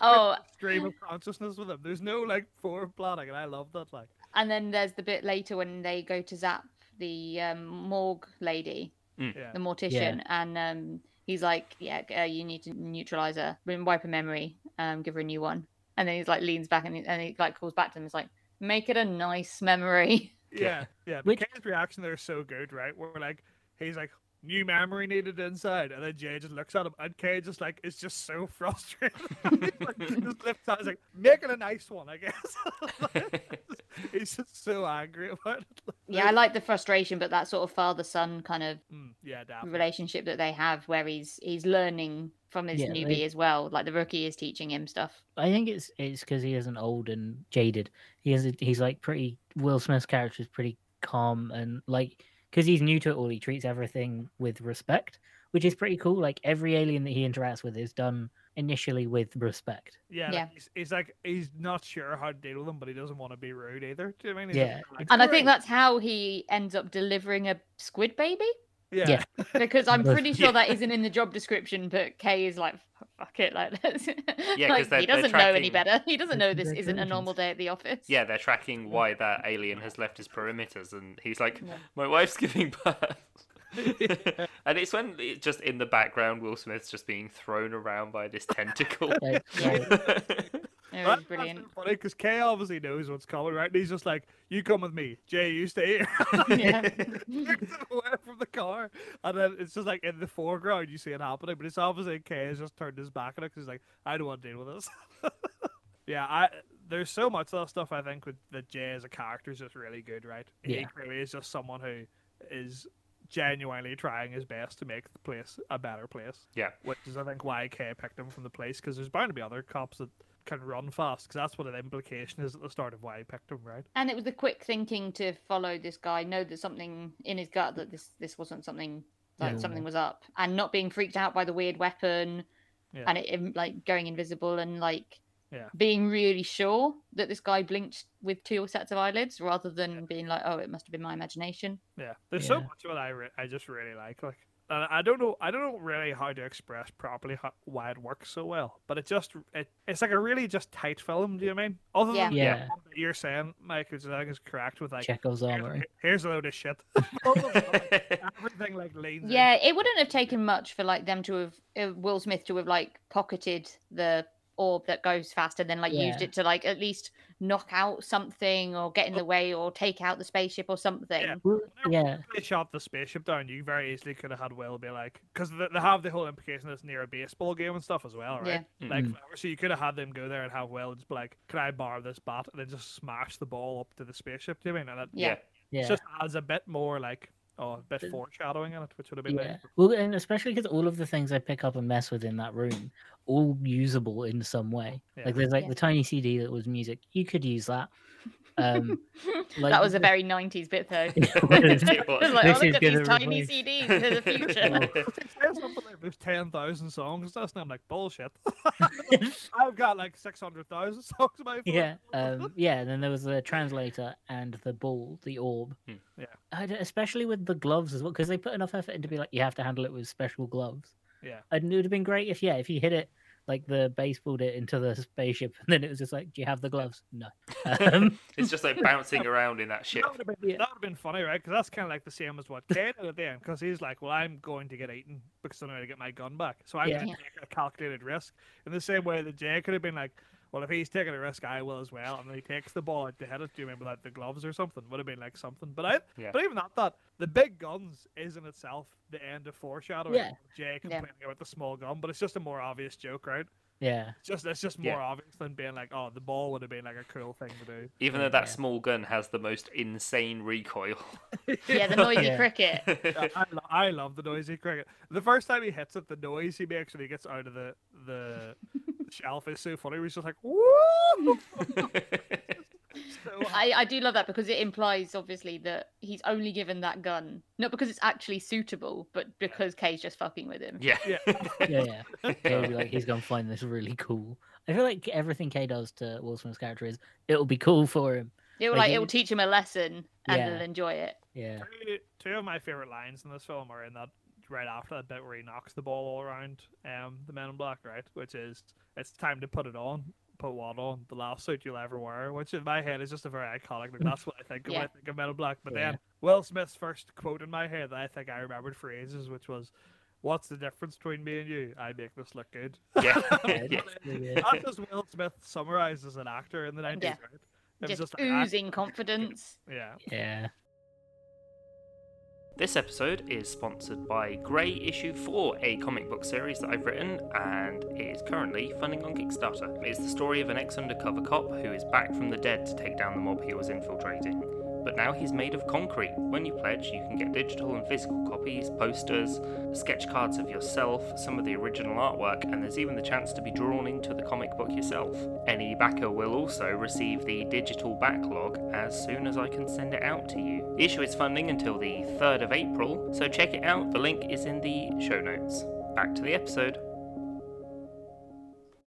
Speaker 3: Oh.
Speaker 4: stream of consciousness with him. There's no like forward planning, and I love that. Like,
Speaker 3: And then there's the bit later when they go to zap the um, morgue lady,
Speaker 1: Mm.
Speaker 4: Yeah.
Speaker 3: the mortician, and um, he's like, "Yeah, uh, you need to neutralize her, I mean, wipe her memory, um, give her a new one." And then he's like leans back and he, and he like calls back to them. He's like, "Make it a nice memory."
Speaker 4: yeah, yeah. But
Speaker 2: Which-
Speaker 4: Kane's reaction there is so good, right? Where like he's like. New memory needed inside, and then Jay just looks at him, and Kay just like is just so frustrated. He's like, just lifts out, he's like, "Make it a nice one, I guess." he's just so angry about it.
Speaker 3: Yeah, I like the frustration, but that sort of father son kind of
Speaker 4: Mm, yeah, damn.
Speaker 3: relationship that they have, where he's he's learning from his
Speaker 2: Yeah,
Speaker 3: newbie
Speaker 2: they-
Speaker 3: as well. Like the rookie is teaching him stuff.
Speaker 2: I think it's it's because he isn't old and jaded. He is he's like pretty Will Smith's character is pretty calm and like because he's new to it all, he treats everything with respect, which is pretty cool. Like every alien that he interacts with is done initially with respect.
Speaker 4: Yeah, like,
Speaker 3: Yeah.
Speaker 4: He's, he's like he's not sure how to deal with them, but he doesn't want to be rude either. Do you know what I mean? He's
Speaker 2: Yeah.
Speaker 4: just like,
Speaker 3: And I think
Speaker 4: "Rude."
Speaker 3: that's how he ends up delivering a squid baby.
Speaker 4: yeah,
Speaker 2: Yeah.
Speaker 3: because I'm
Speaker 2: Both.
Speaker 3: pretty sure that isn't in the job description. But Kay is like, "F- fuck it, like, that's... like
Speaker 1: they're-
Speaker 3: he
Speaker 1: they're
Speaker 3: doesn't know any
Speaker 1: tracking-
Speaker 3: better. He doesn't know this
Speaker 2: They're
Speaker 3: isn't a
Speaker 2: tracking
Speaker 3: normal
Speaker 2: us.
Speaker 3: day at the office.
Speaker 1: yeah, they're tracking why that alien has left his perimeters, and he's like,
Speaker 3: Yeah.
Speaker 1: "My wife's giving birth," and it's when it's just in the background, Will Smith's just being thrown around by this tentacle.
Speaker 2: Like, yeah,
Speaker 3: it
Speaker 4: That-
Speaker 3: was brilliant.
Speaker 4: That's so funny because Kay obviously knows what's coming, right? And he's just like, "You come with me, Jay. You stay here."
Speaker 3: Yeah.
Speaker 4: Kicks him away from the car, and then it's just like in the foreground you see it happening, but it's obviously Kay has just turned his back on it because he's like, "I don't want to deal with this." yeah, I there's so much of that stuff I think with that Jay as a character is just really good, right? He
Speaker 2: Yeah.
Speaker 4: really is just someone who is genuinely trying his best to make the place a better place
Speaker 1: yeah,
Speaker 4: which is I think why Kay picked him from the police because there's bound to be other cops that can run fast because that's what the implication is at the start of why he picked him, right?
Speaker 3: and it was the quick thinking to follow this guy, know that something in his gut that this this wasn't something like
Speaker 2: Yeah.
Speaker 3: something was up, and not being freaked out by the weird weapon,
Speaker 4: Yeah.
Speaker 3: and it, it like going invisible and like
Speaker 4: Yeah.
Speaker 3: being really sure that this guy blinked with two sets of eyelids rather than being like, oh, it must have been my imagination.
Speaker 4: Yeah, there's so
Speaker 2: Yeah.
Speaker 4: much of it I re- I just really like. Like, and I don't know, I don't know really how to express properly how, why it works so well, but it just it, it's like a really just tight film. Do you know what I mean? Other
Speaker 3: Yeah.
Speaker 4: than
Speaker 2: Yeah.
Speaker 4: what you're saying, Mike, which I think is correct with like
Speaker 2: Chekhov's
Speaker 4: here's,
Speaker 2: armory.
Speaker 4: here's a load of shit. Other than that, Everything like leans. in.
Speaker 3: Yeah, it wouldn't have taken much for like them to have uh, Will Smith to have like pocketed the orb that goes fast and then like used
Speaker 2: Yeah.
Speaker 3: it to like at least knock out something or get in the way or take out the spaceship or something.
Speaker 4: Whenever
Speaker 2: Yeah,
Speaker 4: They shot the spaceship down. You very easily could have had Will be like, because they, they have the whole implication that it's near a baseball game and stuff as well, right?
Speaker 3: Yeah.
Speaker 4: Like,
Speaker 2: Mm.
Speaker 4: whatever. so you could have had them go there and have Will just be like, "Can I borrow this bat?" and then just smash the ball up to the spaceship. Do you mean and that?
Speaker 3: Yeah.
Speaker 2: yeah.
Speaker 4: It just adds a bit more like, oh, a bit
Speaker 2: Th-
Speaker 4: foreshadowing in it, which would have been
Speaker 2: Yeah.
Speaker 4: nice.
Speaker 2: Well, and especially because all of the things I pick up and mess with in that room, all usable in some way.
Speaker 4: Yeah.
Speaker 2: Like there's like
Speaker 3: Yeah.
Speaker 2: the tiny CD that was music. You could use that. Um, like,
Speaker 3: that was a very 90s bit though.
Speaker 2: What is
Speaker 1: it?
Speaker 3: It's like,
Speaker 2: This
Speaker 3: oh,
Speaker 2: is
Speaker 3: look at
Speaker 2: gonna
Speaker 3: these tiny
Speaker 2: replace-
Speaker 3: CDs to the future.
Speaker 4: There's something like there's ten thousand songs. That's not like bullshit. I've got like six hundred thousand songs on my phone.
Speaker 2: yeah, um, yeah. And then there was the translator and the ball, the orb.
Speaker 1: Hmm.
Speaker 4: Yeah.
Speaker 2: I d- especially with the gloves as well, because they put enough effort into be like, you have to handle it with special gloves.
Speaker 4: Yeah.
Speaker 2: And it would have been great if, yeah, if you hit it like the baseball did into the spaceship, and then it was just like, do you have the gloves? No. Um,
Speaker 1: it's just like bouncing around in that ship.
Speaker 4: That would have been,
Speaker 2: Yeah.
Speaker 4: that would've been funny, right? Because that's kind of like the same as what Kane did at the end. Because he's like, "Well, I'm going to get eaten because I'm going to get my gun back, so I'm
Speaker 2: Yeah.
Speaker 4: going to take a calculated risk." In the same way that Jay could have been like, "Well, if he's taking a risk, I will as well." And then he takes the ball out to hit it. Do you remember that the gloves or something would have been like something? But I,
Speaker 1: Yeah.
Speaker 4: but even that, that the big guns is in itself the end of foreshadowing.
Speaker 2: Yeah.
Speaker 4: Jay complaining about the small gun, but it's just a more obvious joke, right?
Speaker 2: yeah.
Speaker 4: It's just it's just
Speaker 1: Yeah.
Speaker 4: more obvious than being like, "Oh, the ball would have been like a cool thing to do."
Speaker 1: Even though that
Speaker 2: Yeah.
Speaker 1: small gun has the most insane recoil.
Speaker 3: yeah, the noisy
Speaker 2: Yeah.
Speaker 3: cricket.
Speaker 4: Yeah, I, lo- I love the noisy cricket. The first time he hits it, the noise he makes when he gets out of the the shelf is so funny. He's just like, "Woo!" So happy.
Speaker 3: I, I do love that because it implies obviously that he's only given that gun not because it's actually suitable, but because Kay's just fucking with him.
Speaker 1: yeah.
Speaker 4: Yeah.
Speaker 2: yeah, yeah. Kay would be like, he's gonna find this really cool. I feel like everything Kay does to Will Smith's character is it'll be cool for him.
Speaker 3: It will
Speaker 2: Like,
Speaker 3: like it
Speaker 2: you-
Speaker 3: will teach him a lesson and
Speaker 2: Yeah.
Speaker 3: he'll enjoy it.
Speaker 2: Yeah,
Speaker 4: Two- Two of my favorite lines in this film are in that right after that bit where he knocks the ball all around um, the Men in Black, right? Which is, "It's time to put it on." Put what on the last suit you'll ever wear, which in my head is just a very iconic. Like, that's what I think of when I
Speaker 3: Yeah.
Speaker 4: think of Men in Black. But
Speaker 2: Yeah.
Speaker 4: then Will Smith's first quote in my head that I think I remembered for ages, which was, "What's the difference between me and you? I make this look good."
Speaker 1: Yeah.
Speaker 2: Yeah,
Speaker 1: yeah.
Speaker 2: that's really good.
Speaker 4: That's just Will Smith summarized as an actor in the nineties,
Speaker 3: Yeah.
Speaker 4: right? It was
Speaker 3: Just,
Speaker 4: just like, I-
Speaker 3: oozing confidence.
Speaker 4: yeah,
Speaker 2: yeah.
Speaker 1: This episode is sponsored by Grey Issue 4, a comic book series that I've written and is currently funding on Kickstarter. It's the story of an ex undercover cop who is back from the dead to take down the mob he was infiltrating. But now he's made of concrete. When you pledge, you can get digital and physical copies, posters, sketch cards of yourself, some of the original artwork, and there's even the chance to be drawn into the comic book yourself. Any backer will also receive the digital backlog as soon as I can send it out to you. The issue is funding until the 3rd of April, so check it out. The link is in the show notes. Back to the episode.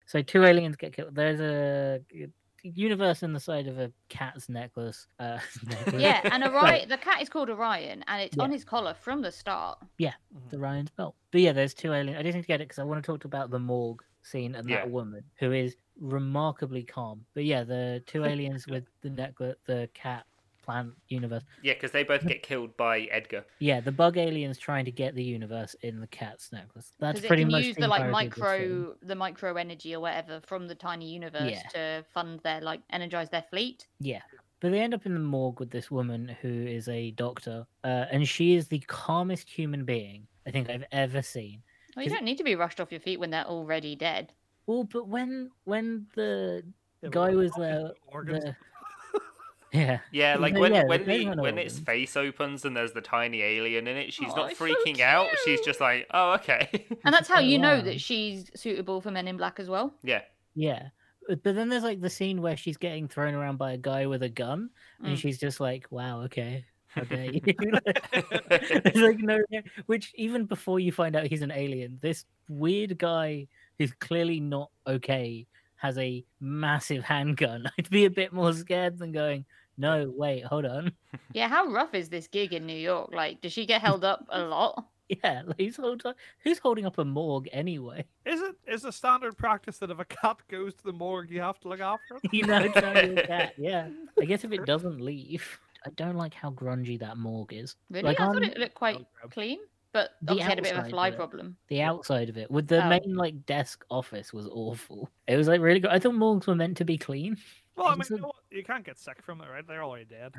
Speaker 2: So two aliens get killed. There's a g- universe in the side of a cat's necklace. Uh, necklace.
Speaker 1: Yeah.
Speaker 3: Yeah, and Orion the cat is called Orion and it's
Speaker 2: Yeah.
Speaker 3: on his collar from the start.
Speaker 4: Mm-hmm.
Speaker 2: the Ryan's belt. But yeah, there's two aliens. I didn't get it because I want to talk about the morgue scene and
Speaker 1: Yeah.
Speaker 2: that woman who is remarkably calm. But yeah, the two aliens with the necklace, the cat plant universe.
Speaker 1: Yeah, because they both get killed by Edgar.
Speaker 2: Yeah, the bug aliens trying to get the universe in the cat's necklace. That's
Speaker 3: Because it
Speaker 2: pretty
Speaker 3: can
Speaker 2: much
Speaker 3: use the like
Speaker 2: entirety of this film.
Speaker 3: micro the micro energy or whatever from the tiny universe to fund their like energize their fleet.
Speaker 2: Yeah. But they end up in the morgue with this woman who is a doctor, uh, and she is the calmest human being I think I've ever seen.
Speaker 3: Well you
Speaker 2: 'Cause-
Speaker 3: don't need to be rushed off your feet when they're already dead.
Speaker 2: Well, but when when the
Speaker 4: Yeah, but
Speaker 2: Guy
Speaker 4: what
Speaker 2: was,
Speaker 4: about
Speaker 2: uh,
Speaker 4: organs?
Speaker 2: the yeah
Speaker 1: Yeah, like
Speaker 2: Yeah,
Speaker 1: when
Speaker 2: yeah,
Speaker 1: when
Speaker 2: they
Speaker 1: the,
Speaker 2: don't know
Speaker 1: when
Speaker 2: what
Speaker 1: its
Speaker 2: it is.
Speaker 1: face opens and there's the tiny alien in it, she's
Speaker 3: Aw,
Speaker 1: not
Speaker 3: it's so
Speaker 1: freaking out. She's just like, oh, okay.
Speaker 3: And that's how
Speaker 2: Oh,
Speaker 3: you know
Speaker 2: wow.
Speaker 3: that she's suitable for Men in Black as well.
Speaker 1: yeah.
Speaker 2: yeah, but but then there's like the scene where she's getting thrown around by a guy with a gun, and
Speaker 3: Mm.
Speaker 2: she's just like, "Wow, okay." How dare you? There's like no, no- which even before you find out he's an alien, this weird guy who's clearly not okay has a massive handgun, I'd be a bit more scared than going, no, wait, hold on.
Speaker 3: Yeah, how rough is this gig in New York? Like, does she get held up a lot?
Speaker 2: Yeah, like, who's, hold- who's holding up a morgue anyway?
Speaker 4: Is it is the standard practice that if a cat goes to the morgue, you have to look after it?
Speaker 2: you know, carry your cat. Yeah. I guess if it doesn't leave, I don't like how grungy that morgue is.
Speaker 3: Really?
Speaker 2: Like,
Speaker 3: I thought
Speaker 2: on
Speaker 3: it looked quite
Speaker 4: grab.
Speaker 3: clean, but
Speaker 2: the
Speaker 3: obviously had a bit of a
Speaker 2: outside
Speaker 3: fly
Speaker 2: of it.
Speaker 3: problem.
Speaker 2: The outside of it with the
Speaker 3: Oh.
Speaker 2: main like desk office was awful. It was like really good. I thought morgues were meant to be clean.
Speaker 4: Well, I
Speaker 2: It's
Speaker 4: mean, you,
Speaker 2: a-
Speaker 4: know what? you can't get sick from it, right? They're already dead.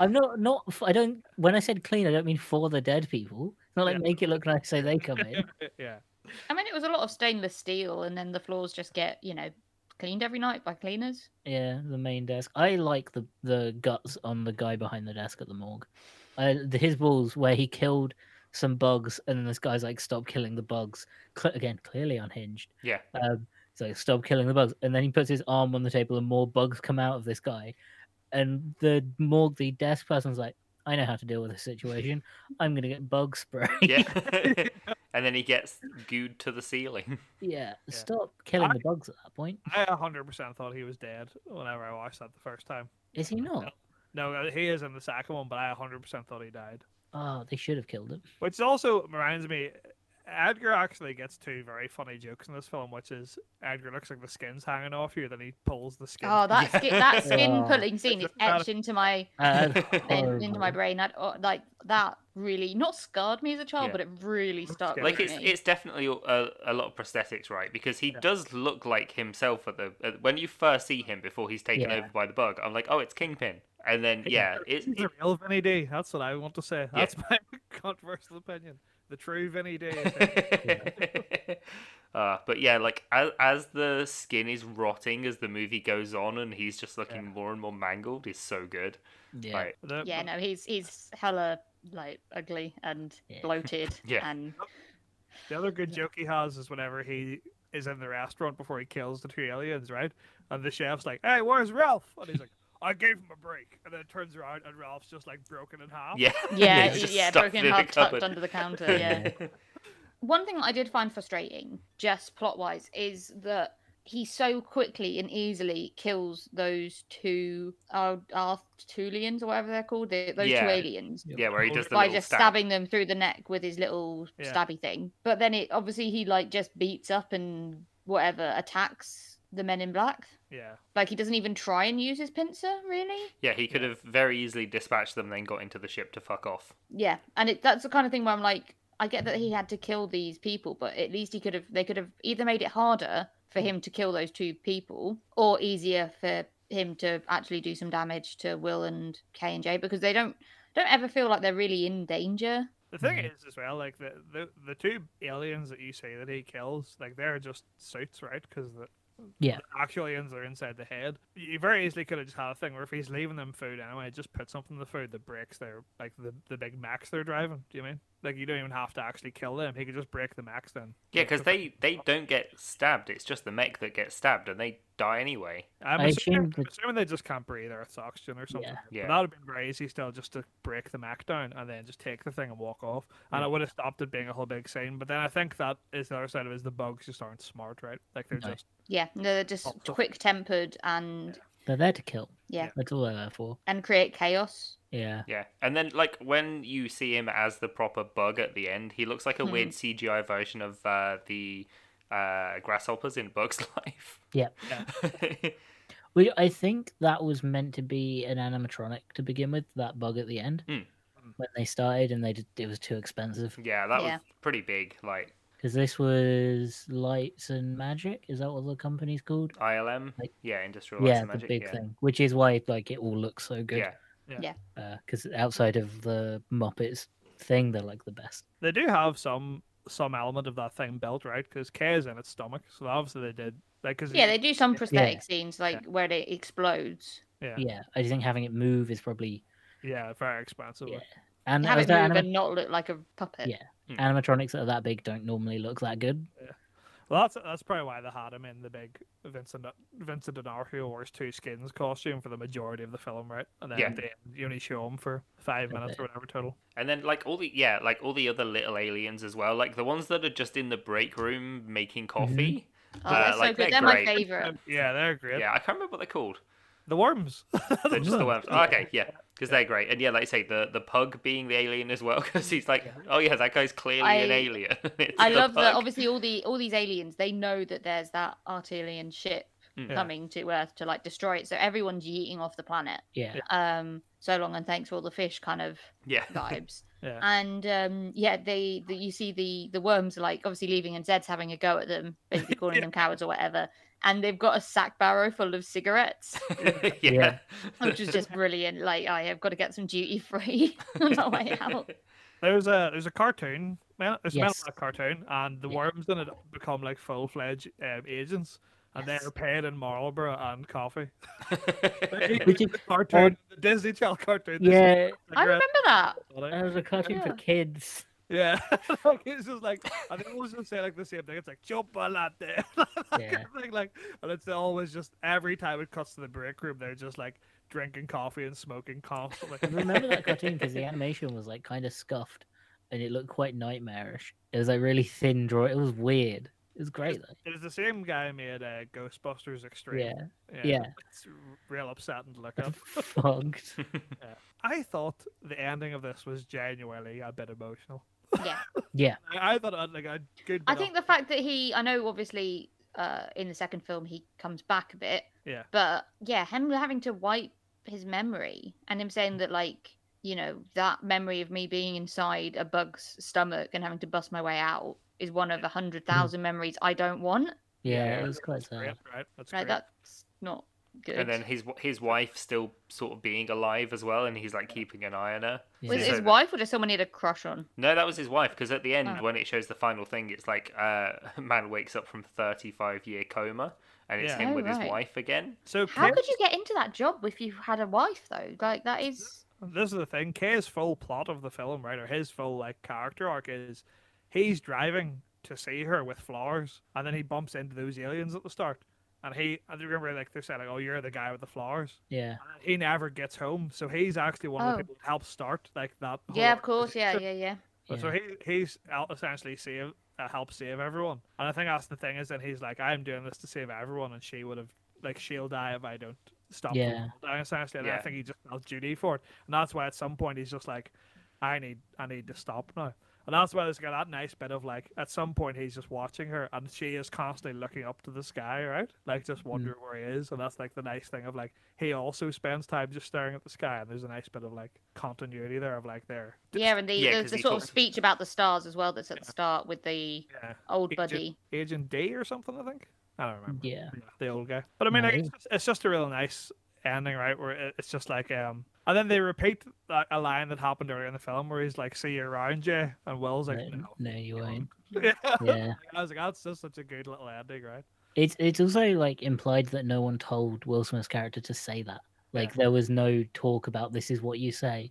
Speaker 2: I'm not not. f- I don't. When I said clean, I don't mean for the dead people. It's not like
Speaker 4: Yeah.
Speaker 2: make it look nice so they come in.
Speaker 4: yeah.
Speaker 3: I mean, it was a lot of stainless steel, and then the floors just get, you know, cleaned every night by cleaners.
Speaker 2: Yeah, the main desk. I like the the guts on the guy behind the desk at the morgue. I, the, his balls where he killed some bugs, and then this guy's like, "Stop killing the bugs." Cle again, clearly unhinged.
Speaker 1: yeah.
Speaker 2: Um, he's like, "Stop killing the bugs," and then he puts his arm on the table, and more bugs come out of this guy. And the morgue, the desk person's like, "I know how to deal with this situation. I'm gonna get bug spray."
Speaker 1: Yeah. and then he gets gooed to the ceiling.
Speaker 2: Yeah,
Speaker 4: Yeah.
Speaker 2: Stop killing
Speaker 4: I-
Speaker 2: the bugs at that point.
Speaker 4: I 100% thought he was dead whenever I watched that the first time.
Speaker 2: Is he not?
Speaker 4: No, uh, he is in the second one, but I 100% thought he died.
Speaker 2: Oh, they should have killed him.
Speaker 4: Which also reminds me, Edgar actually gets two very funny jokes in this film, which is Edgar looks like the skin's hanging off you, then he pulls the skin.
Speaker 3: Oh, that skin, that skin
Speaker 2: Yeah.
Speaker 3: pulling scene is
Speaker 4: It's about-
Speaker 3: etched into my
Speaker 2: Uh,
Speaker 3: in- into my
Speaker 2: horrible.
Speaker 3: brain. I'd, oh, like that really not scarred me as a child,
Speaker 1: Yeah.
Speaker 3: but it really stuck.
Speaker 4: Scarred.
Speaker 3: with
Speaker 1: like it's
Speaker 3: me.
Speaker 1: it's definitely a, a lot of prosthetics, right? Because he
Speaker 4: Yeah.
Speaker 1: does look like himself at the at, when you first see him before he's taken
Speaker 2: Yeah.
Speaker 1: over by the bug. I'm like, oh, it's Kingpin, and then yeah,
Speaker 2: Yeah.
Speaker 1: it's
Speaker 4: He's the real Vinny D. That's what I want to say.
Speaker 1: Yeah.
Speaker 4: That's my controversial opinion. The true Vinny D. is him.
Speaker 1: it... uh, but yeah, like as as the skin is rotting as the movie goes on, and he's just looking more and more mangled. Is so good.
Speaker 2: Yeah.
Speaker 1: Like,
Speaker 4: The-
Speaker 3: yeah,
Speaker 4: the-
Speaker 3: no, he's he's hella like ugly and
Speaker 2: Yeah.
Speaker 3: bloated
Speaker 1: Yeah.
Speaker 3: and
Speaker 4: The other good joke he has is whenever he is in the restaurant before he kills the two aliens, right? And the chef's like, "Hey, where's Ralph?" And he's like, "I gave him a break." And then it turns around and Ralph's just like broken in half.
Speaker 1: yeah,
Speaker 3: yeah,
Speaker 1: he's just
Speaker 3: yeah,
Speaker 1: stuffed
Speaker 3: broken
Speaker 1: in a
Speaker 3: half tucked
Speaker 1: cupboard.
Speaker 3: under the counter. Yeah. One thing I did find frustrating, just plot wise, is that he so quickly and easily kills those two uh, Arthulians or whatever they're called, the, those
Speaker 1: Yeah.
Speaker 3: two aliens.
Speaker 1: Yeah, where he
Speaker 4: Or-
Speaker 1: does the
Speaker 3: By
Speaker 1: little
Speaker 3: just
Speaker 1: stab.
Speaker 3: stabbing them through the neck with his little
Speaker 4: Yeah.
Speaker 3: stabby thing. But then it obviously he like just beats up and whatever attacks the men in black.
Speaker 4: Yeah.
Speaker 3: Like he doesn't even try and use his pincer, really.
Speaker 1: Yeah, he could have very easily dispatched them, then got into the ship to fuck off.
Speaker 3: Yeah, and it, that's the kind of thing where I'm like, I get that he had to kill these people, but at least he could have. They could have either made it harder for him to kill those two people, or easier for him to actually do some damage to Will and K and J because they don't don't ever feel like they're really in danger.
Speaker 4: The thing
Speaker 2: Mhm.
Speaker 4: is, as well, like the, the the two aliens that you say that he kills, like they're just suits, right? Because the
Speaker 2: Yeah.
Speaker 4: the actual aliens are inside the head. You very easily could have just had a thing where if he's leaving them food anyway, just put something in the food that breaks their like the the big max they're driving. Do you mean? Like you don't even have to actually kill them. He could just break the max then.
Speaker 1: Yeah,
Speaker 4: Like,
Speaker 1: because
Speaker 4: the-
Speaker 1: they they don't get stabbed. It's just the mech that gets stabbed, and they die anyway.
Speaker 4: I'm
Speaker 2: I
Speaker 4: assuming,
Speaker 2: assumed that-
Speaker 4: I'm assuming they just can't breathe or it's oxygen or something.
Speaker 2: Yeah.
Speaker 4: But
Speaker 1: Yeah.
Speaker 4: That would have been very easy still just to break the Mac down and then just take the thing and walk off. And
Speaker 1: Yeah.
Speaker 4: it would have stopped it being a whole big scene. But then I think that is the other side of it is the bugs just aren't smart, right? Like they're
Speaker 2: No.
Speaker 4: just
Speaker 3: Yeah, no, they're just
Speaker 4: Oh, so-
Speaker 3: quick tempered and
Speaker 2: They're there to kill.
Speaker 3: yeah,
Speaker 4: Yeah.
Speaker 2: That's all they're there for.
Speaker 3: and create chaos.
Speaker 2: Yeah.
Speaker 1: Yeah, and then like when you see him as the proper bug at the end, he looks like a
Speaker 3: Mhm.
Speaker 2: Hmm.
Speaker 1: weird CGI version of uh, the uh, grasshoppers in Bug's Life.
Speaker 2: Yep. We, I think that was meant to be an animatronic to begin with, that bug at the end.
Speaker 1: Hmm.
Speaker 2: When they started and they did, it was too expensive.
Speaker 1: yeah, that
Speaker 3: Yeah.
Speaker 1: was pretty big. Like
Speaker 2: Because this was Lights and Magic. Is that what the company's called?
Speaker 1: ILM.
Speaker 2: Like-
Speaker 1: yeah, Industrial Lights
Speaker 2: yeah,
Speaker 1: and
Speaker 2: the
Speaker 1: Magic.
Speaker 2: big
Speaker 1: yeah.
Speaker 2: thing. Which is why like it all looks so good.
Speaker 1: Yeah.
Speaker 2: Because outside of the Muppets thing, they're like the best.
Speaker 4: they do have some some element of that thing built, right? Because K is in its stomach, so obviously they did. Like, cause
Speaker 3: Yeah, they do some prosthetic scenes like where it explodes.
Speaker 4: yeah,
Speaker 2: Yeah. I just think having it move is probably
Speaker 4: yeah, very expensive.
Speaker 2: Yeah. and
Speaker 3: Have
Speaker 2: was
Speaker 3: it
Speaker 2: that
Speaker 3: move
Speaker 2: anima-
Speaker 3: and not look like a puppet.
Speaker 2: Yeah. animatronics that are that big don't normally look that good.
Speaker 4: Well, that's that's probably why they had him in the big Vincent Vincent D'Onofrio wears two skins costume for the majority of the film, right? And then
Speaker 1: Yeah.
Speaker 4: at the end, you only show him for five minutes or whatever total.
Speaker 1: And then like all the
Speaker 2: Mm-hmm.
Speaker 1: yeah, like all the other little aliens as well, like the ones that are just in the break room making coffee.
Speaker 3: Oh,
Speaker 1: Uh,
Speaker 3: they're so
Speaker 1: like,
Speaker 3: good.
Speaker 1: they're
Speaker 3: They're, my
Speaker 1: great.
Speaker 3: favorite.
Speaker 4: Yeah, they're great.
Speaker 1: Yeah, I can't remember what they're called.
Speaker 4: The worms.
Speaker 1: They're just the worms. Oh, okay, yeah, because they're great. And yeah, like you say, the the pug being the alien as well, because he's like, oh yeah, that guy's clearly an
Speaker 3: I-
Speaker 1: alien. It's
Speaker 3: I
Speaker 1: the
Speaker 3: love that.
Speaker 1: pug.
Speaker 3: Obviously, all the all these aliens, they know that there's that Artelian ship
Speaker 1: Mm.
Speaker 4: Yeah.
Speaker 3: coming to Earth to like destroy it. So everyone's yeeting off the planet.
Speaker 2: Yeah.
Speaker 3: Um, so long and thanks for all the fish, kind of
Speaker 1: Yeah,
Speaker 3: vibes.
Speaker 4: Yeah.
Speaker 3: and um, yeah, they the, you see the the worms are like obviously leaving, and Zed's having a go at them, basically calling
Speaker 4: Yeah.
Speaker 3: them cowards or whatever. And they've got a sack barrow full of cigarettes,
Speaker 1: yeah.
Speaker 2: Yeah.
Speaker 3: which is just brilliant. Like I have got to get some duty free on my way out.
Speaker 4: There's a there's a cartoon. Mel- There's
Speaker 2: Yes.
Speaker 4: yes. a cartoon, and the
Speaker 2: Yeah.
Speaker 4: worms in it become like full fledged um, agents, and they're
Speaker 3: Yes.
Speaker 4: paid in Marlboro and coffee.
Speaker 1: yeah.
Speaker 2: Which is
Speaker 4: the cartoon, the Disney Channel cartoon. this is
Speaker 2: yeah.
Speaker 4: like
Speaker 3: I
Speaker 4: red
Speaker 3: remember that.
Speaker 4: on it.
Speaker 2: That was a cartoon for
Speaker 3: Yeah.
Speaker 2: kids.
Speaker 4: Yeah, like it's just like and they always just say like the same thing. It's like chocolate,
Speaker 2: Yeah.
Speaker 4: like, like, and it's always just every time it cuts to the break room, they're just like drinking coffee and smoking constantly.
Speaker 2: I remember that cartoon because the animation was like kind of scuffed, and it looked quite nightmarish. It was like really thin draw. It was weird. It was great though.
Speaker 4: It was the same guy who made uh, Ghostbusters Extreme.
Speaker 2: Yeah.
Speaker 4: yeah.
Speaker 2: Yeah.
Speaker 4: It's r- real upsetting to look up.
Speaker 2: Fogged.
Speaker 4: I thought the ending of this was genuinely a bit emotional.
Speaker 3: Yeah.
Speaker 2: Yeah.
Speaker 4: I, I thought it had, like a good.
Speaker 3: I
Speaker 4: bit
Speaker 3: think
Speaker 4: of-
Speaker 3: the fact that he, I know obviously uh, in the second film he comes back a bit.
Speaker 4: Yeah.
Speaker 3: But yeah, him having to wipe his memory and him saying that, like, you know, that memory of me being inside a bug's stomach and having to bust my way out is one of a hundred thousand memories I don't want.
Speaker 2: Yeah, it
Speaker 4: Yeah.
Speaker 2: was quite
Speaker 4: Great,
Speaker 2: sad.
Speaker 4: right? That's
Speaker 3: Like,
Speaker 4: great.
Speaker 3: that's not good.
Speaker 1: and then his his wife still sort of being alive as well, and he's like keeping an eye on her.
Speaker 2: Yeah.
Speaker 3: was it
Speaker 1: so
Speaker 3: his
Speaker 1: that-
Speaker 3: wife or just someone he had a crush on?
Speaker 1: No, that was his wife. Because at the end,
Speaker 3: Oh.
Speaker 1: when it shows the final thing, it's like uh, man wakes up from thirty-five year coma, and it's
Speaker 4: Yeah.
Speaker 1: him
Speaker 3: Oh,
Speaker 1: with his
Speaker 3: right.
Speaker 1: wife again.
Speaker 4: So
Speaker 3: How
Speaker 4: Kay-
Speaker 3: could you get into that job if you had a wife though? Like that is
Speaker 4: this is the thing. Kay's full plot of the film, right, or his full like character arc is he's driving to see her with flowers, and then he bumps into those aliens at the start. And he, I remember, like they're saying, like, "Oh, you're the guy with the flowers."
Speaker 2: Yeah.
Speaker 4: And he never gets home, so he's actually one of
Speaker 3: Oh.
Speaker 4: the people that helps start like that. whole
Speaker 3: yeah, of course, yeah,
Speaker 4: organization.
Speaker 3: yeah, yeah.
Speaker 4: But So
Speaker 2: Yeah.
Speaker 4: he he's out essentially save uh, help save everyone, and I think that's the thing is that he's like, I'm doing this to save everyone, and she would have like she'll die if I don't stop. the
Speaker 2: Yeah.
Speaker 4: world dying, essentially, and I
Speaker 1: Yeah.
Speaker 4: think he just felt duty for it, and that's why at some point he's just like, I need I need to stop now. And that's why there's got that nice bit of like, at some point he's just watching her, and she is constantly looking up to the sky, right? Like
Speaker 2: Hmm.
Speaker 4: just wondering where he is, and that's like the nice thing of like he also spends time just staring at the sky, and there's a nice bit of like continuity there of like there.
Speaker 3: Yeah, and the,
Speaker 1: Yeah,
Speaker 3: the,
Speaker 1: 'cause
Speaker 3: the
Speaker 1: he
Speaker 3: sort
Speaker 1: talks-
Speaker 3: of speech about the stars as well that's at the start with the
Speaker 4: Yeah.
Speaker 3: old
Speaker 4: Agent-
Speaker 3: buddy.
Speaker 4: Agent D or something, I think. I don't remember.
Speaker 2: Yeah.
Speaker 4: The old guy. But I mean, like,
Speaker 2: No.
Speaker 4: it's, just, it's just a real nice ending, right? Where it- it's just like, um, and then they repeat that, a line that happened earlier in the film where he's like, "See you around, Jay," and Will's like,
Speaker 2: No,
Speaker 4: "No."
Speaker 2: no, you
Speaker 4: you
Speaker 2: won't.
Speaker 4: Yeah.
Speaker 2: Yeah.
Speaker 4: I was like, "That's just such a good little ending, right?"
Speaker 2: It's it's also like implied that no one told Will Smith's character to say that. Like there was no talk about this is what you say.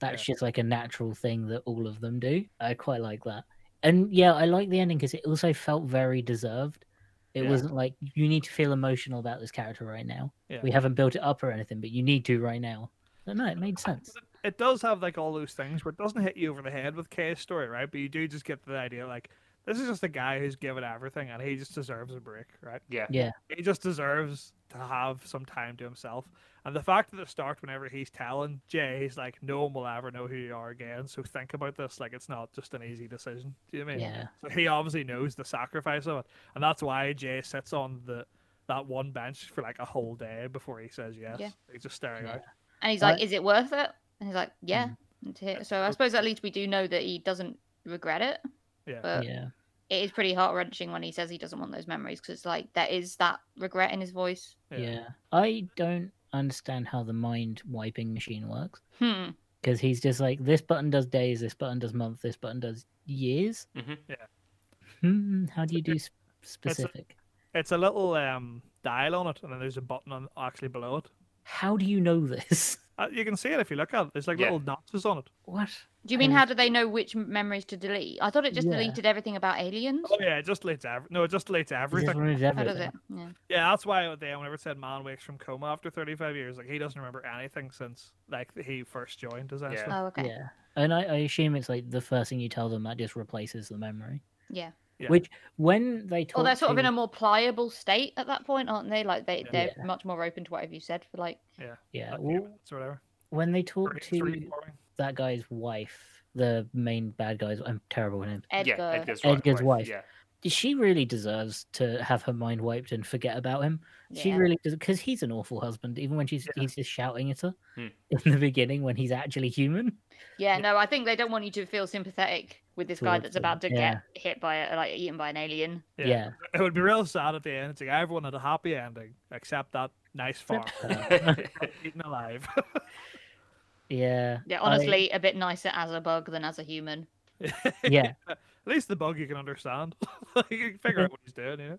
Speaker 2: That's just like a natural thing that all of them do. I quite like that. And yeah, I like the ending because it also felt very deserved. It
Speaker 4: Yeah.
Speaker 2: wasn't like you need to feel emotional about this character right now.
Speaker 4: Yeah.
Speaker 2: We haven't built it up or anything, but you need to right now. But no, it made sense.
Speaker 4: It does have like all those things where it doesn't hit you over the head with Kay's story, right? But you do just get the idea, like, this is just a guy who's given everything, and he just deserves a break, right?
Speaker 1: Yeah,
Speaker 2: Yeah.
Speaker 4: he just deserves to have some time to himself. And the fact that the start, whenever he's telling Jay, he's like, "No one will ever know who you are again." So think about this. Like, it's not just an easy decision. Do you know what I mean?
Speaker 2: Yeah.
Speaker 4: So he obviously knows the sacrifice of it, and that's why Jay sits on the that one bench for like a whole day before he says yes.
Speaker 3: Yeah.
Speaker 4: He's just staring
Speaker 2: Yeah.
Speaker 4: out.
Speaker 3: And he's
Speaker 2: Right.
Speaker 3: like, "Is it worth it?" And he's like, "Yeah."
Speaker 1: Mm-hmm.
Speaker 3: And he- So I suppose at least we do know that he doesn't regret it.
Speaker 4: Yeah.
Speaker 3: But
Speaker 2: yeah.
Speaker 3: it is pretty heart wrenching when he says he doesn't want those memories because it's like there is that regret in his voice.
Speaker 2: Yeah. I don't understand how the mind wiping machine works.
Speaker 3: Hmm.
Speaker 2: because he's just like this button does days, this button does month, this button does years.
Speaker 1: Mhm.
Speaker 4: Mm-hmm. Yeah.
Speaker 2: Hmm, how do you do sp- specific?
Speaker 4: It's a little um dial on it, and then there's a button on actually below it.
Speaker 2: How do you know this?
Speaker 4: Uh, you can see it if you look at it. There's like
Speaker 1: Yeah.
Speaker 4: little notches on it.
Speaker 2: What?
Speaker 3: Do you mean
Speaker 2: Um,
Speaker 3: how do they know which m- memories to delete? I thought it just
Speaker 2: Yeah.
Speaker 3: deleted everything about aliens.
Speaker 4: Oh yeah, it just deletes every. No, it just deletes
Speaker 2: He
Speaker 4: everything.
Speaker 2: just removed
Speaker 3: How does
Speaker 2: everything.
Speaker 3: it? Yeah.
Speaker 4: Yeah, that's why at the end whenever it said man wakes from coma after 35 years, like he doesn't remember anything since like he first joined us.
Speaker 1: Yeah.
Speaker 3: Oh, okay.
Speaker 2: Yeah, and I, I assume it's like the first thing you tell them that just replaces the memory.
Speaker 3: Yeah.
Speaker 4: Yeah.
Speaker 2: Which when they talk
Speaker 3: Well, they're sort of in
Speaker 2: to-
Speaker 3: a more pliable state at that point, aren't they? Like they
Speaker 4: Yeah.
Speaker 3: they're much more open to whatever you said for like
Speaker 2: yeah,
Speaker 4: Like
Speaker 2: well,
Speaker 4: humans or whatever.
Speaker 2: when they
Speaker 4: Or
Speaker 2: talk
Speaker 4: it's
Speaker 2: to
Speaker 4: reforming.
Speaker 2: that guy's wife, the main bad guy's. I'm terrible with names.
Speaker 3: Edgar.
Speaker 1: Yeah, Edgar's,
Speaker 2: Edgar's
Speaker 1: wife.
Speaker 2: wife.
Speaker 1: Yeah,
Speaker 2: She really deserves to have her mind wiped and forget about him. She
Speaker 3: Yeah.
Speaker 2: really does because he's an awful husband, even when she's
Speaker 4: Yeah.
Speaker 2: he's just shouting at her
Speaker 1: Hmm.
Speaker 2: in the beginning when he's actually human.
Speaker 3: Yeah, no, I think they don't want you to feel sympathetic with this guy
Speaker 2: Towards
Speaker 3: that's
Speaker 2: them,
Speaker 3: about to
Speaker 2: yeah.
Speaker 3: get hit by a like eaten by an alien.
Speaker 2: Yeah,
Speaker 4: It would be real sad at the end. It's like everyone had a happy ending except that nice farm
Speaker 2: uh,
Speaker 4: eaten alive.
Speaker 2: yeah,
Speaker 3: Yeah,
Speaker 2: I-
Speaker 3: honestly, a bit nicer as a bug than as a human.
Speaker 2: yeah,
Speaker 4: At least the bug you can understand. you can figure out what he's doing, you know.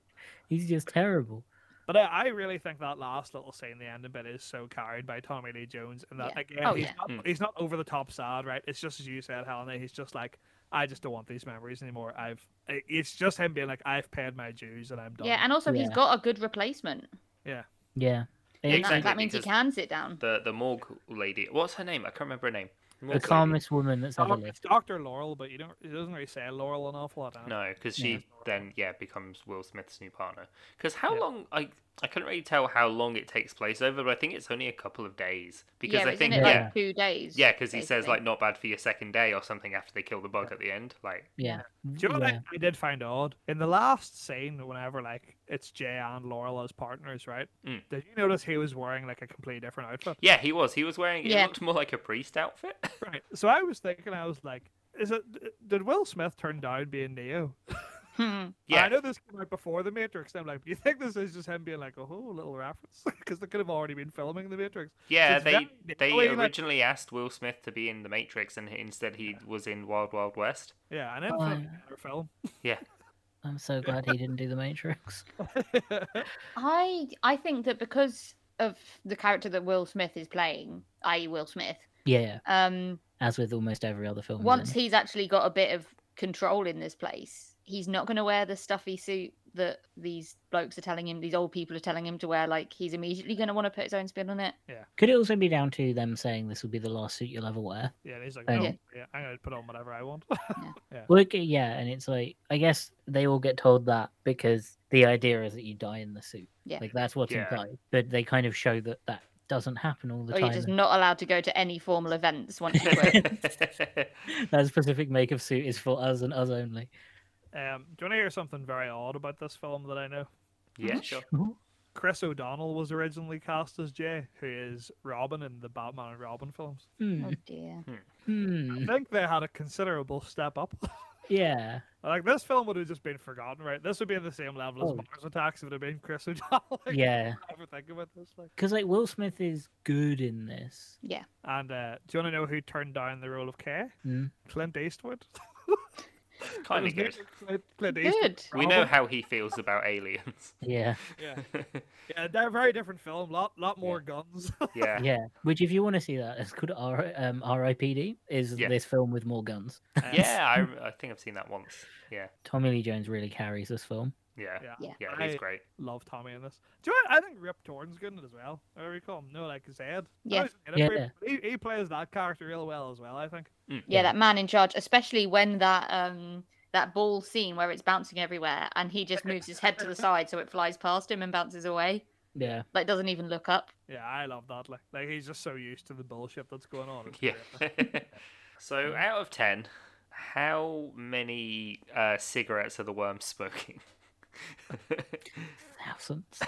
Speaker 2: he's just terrible.
Speaker 4: But I, I really think that last little scene, the ending bit, is so carried by Tommy Lee Jones. And that
Speaker 3: Yeah.
Speaker 4: again,
Speaker 3: Oh,
Speaker 4: he's,
Speaker 3: yeah.
Speaker 4: not,
Speaker 1: Mm.
Speaker 4: he's not over the top sad, right? It's just as you said, Helena. He's just like, I just don't want these memories anymore. I've. i- It's just him being like, I've paid my dues and I'm done.
Speaker 3: Yeah, and also he's
Speaker 2: Oh, Yeah.
Speaker 3: got a good replacement.
Speaker 2: Yeah,
Speaker 1: Yeah,
Speaker 3: and
Speaker 2: It's
Speaker 3: that-
Speaker 1: exactly,
Speaker 3: that means he
Speaker 1: because-
Speaker 3: can sit down.
Speaker 1: the the morgue lady. What's her name? I can't remember her name. Morgue
Speaker 2: the
Speaker 1: lady.
Speaker 2: calmest woman that's ever
Speaker 4: Doc-
Speaker 2: lived.
Speaker 4: It's Dr. Laurel, but you don't, it doesn't really say Laurel an awful lot. huh?
Speaker 1: No, because she
Speaker 2: Yeah.
Speaker 1: then yeah becomes Will Smith's new partner. Because how
Speaker 4: Yeah.
Speaker 1: long I I couldn't really tell how long it takes place over, but I think it's only a couple of days because
Speaker 3: yeah,
Speaker 1: I
Speaker 3: isn't
Speaker 1: think
Speaker 3: it
Speaker 1: yeah
Speaker 3: like two days?
Speaker 1: yeah because he says
Speaker 3: basically?
Speaker 1: like not bad for your second day or something after they kill the bug at the end. Like
Speaker 2: Yeah,
Speaker 4: Do you know what
Speaker 2: yeah.
Speaker 4: I, I did find odd? In the last scene, whenever like it's Jay and Laurel as partners, right?
Speaker 1: Mm.
Speaker 4: Did you notice he was wearing like a completely different outfit?
Speaker 1: yeah, he was he was wearing it
Speaker 3: Yeah.
Speaker 1: looked more like a priest outfit.
Speaker 4: Right. So I was thinking, I was like, is it d- did Will Smith turn down being Neo?
Speaker 3: Hmm.
Speaker 1: yeah,
Speaker 4: I know this came out before the Matrix. And I'm like, do you think this is just him being like, oh, little reference? Because they could have already been filming the Matrix.
Speaker 1: yeah.
Speaker 4: it's
Speaker 1: They
Speaker 4: very
Speaker 1: they
Speaker 4: nearly like-
Speaker 1: originally asked Will Smith to be in The Matrix, and instead he was in Wild Wild West.
Speaker 4: Yeah, and then
Speaker 2: Oh,
Speaker 4: filming
Speaker 2: yeah.
Speaker 4: another film.
Speaker 2: I'm so glad he didn't do the Matrix.
Speaker 3: I I think that because of the character that Will Smith is playing, i.e. Will Smith,
Speaker 2: Yeah, yeah,
Speaker 3: um,
Speaker 2: as with almost every other film. isn't
Speaker 3: once
Speaker 2: it?
Speaker 3: he's actually got a bit of control in this place, he's not going to wear the stuffy suit that these blokes are telling him, these old people are telling him to wear. Like, he's immediately going to want to put his own spin on it.
Speaker 2: Could it also be down to them saying this will be the last suit you'll ever wear?
Speaker 4: yeah, and he's like,
Speaker 2: Yeah.
Speaker 4: no, yeah, I'm gonna put on whatever I want.
Speaker 2: Well, okay, uh, yeah, and it's like I guess they all get told that because the idea is that you die in the suit.
Speaker 3: Yeah.
Speaker 2: like that's what's
Speaker 1: Yeah.
Speaker 2: implied. But they kind of show that that doesn't happen all the
Speaker 3: Or you're
Speaker 2: time.
Speaker 3: just not allowed to go to any formal events once you quit.
Speaker 2: that specific make of suit is for us and us only.
Speaker 4: um, do you want to hear something very odd about this film that I know?
Speaker 1: yeah, sure.
Speaker 2: Hmm,
Speaker 4: Chris O'Donnell was originally cast as Jay, who is Robin in the Batman and Robin films.
Speaker 2: Hmm.
Speaker 3: oh, dear.
Speaker 2: hmm,
Speaker 4: I think they had a considerable step up.
Speaker 2: Yeah.
Speaker 4: like this film would have just been forgotten, right? This would be on the same level as
Speaker 2: Oh.
Speaker 4: Mars Attacks if it had been Chris O'Donnell. Like,
Speaker 2: Yeah.
Speaker 4: I Ever think about this? Like,
Speaker 2: Because like Will Smith is good in this.
Speaker 4: and uh, do you want to know who turned down the role of Kay?
Speaker 2: Hmm.
Speaker 4: Clint Eastwood.
Speaker 1: Kind of
Speaker 4: It
Speaker 1: good.
Speaker 4: was Clint, Clint Eastwood.
Speaker 3: Good.
Speaker 1: We know
Speaker 4: Robin.
Speaker 1: how he feels about aliens.
Speaker 2: Yeah.
Speaker 4: Yeah, yeah, they're a very different film. Lot, lot more guns.
Speaker 1: yeah.
Speaker 2: Yeah. Which, if you want to see that, it's called R- um, R.I.P.D. Is
Speaker 1: Yeah.
Speaker 2: this film with more guns?
Speaker 1: Yeah, I, rem- I think I've seen that once. Yeah,
Speaker 2: Tommy Lee Jones really carries this film.
Speaker 1: yeah,
Speaker 4: yeah.
Speaker 3: Yeah.
Speaker 1: yeah. He's
Speaker 4: I-
Speaker 1: great.
Speaker 4: love Tommy in this. Do you know what? I think Rip Torn's good in it as well. I recall him. No, like Zed.
Speaker 3: Yeah.
Speaker 2: Yeah.
Speaker 4: He, he plays that character real well as well, I think.
Speaker 3: Yeah,
Speaker 2: Yeah.
Speaker 3: that man in charge, especially when that um that ball scene where it's bouncing everywhere and he just moves his head to the side so it flies past him and bounces away.
Speaker 2: Yeah.
Speaker 3: Like doesn't even look up.
Speaker 4: Yeah, I love that. Like, like he's just so used to the bullshit that's going on. It's
Speaker 1: Yeah.
Speaker 4: great.
Speaker 1: so out of ten, how many uh, cigarettes are the worms smoking?
Speaker 2: Thousands.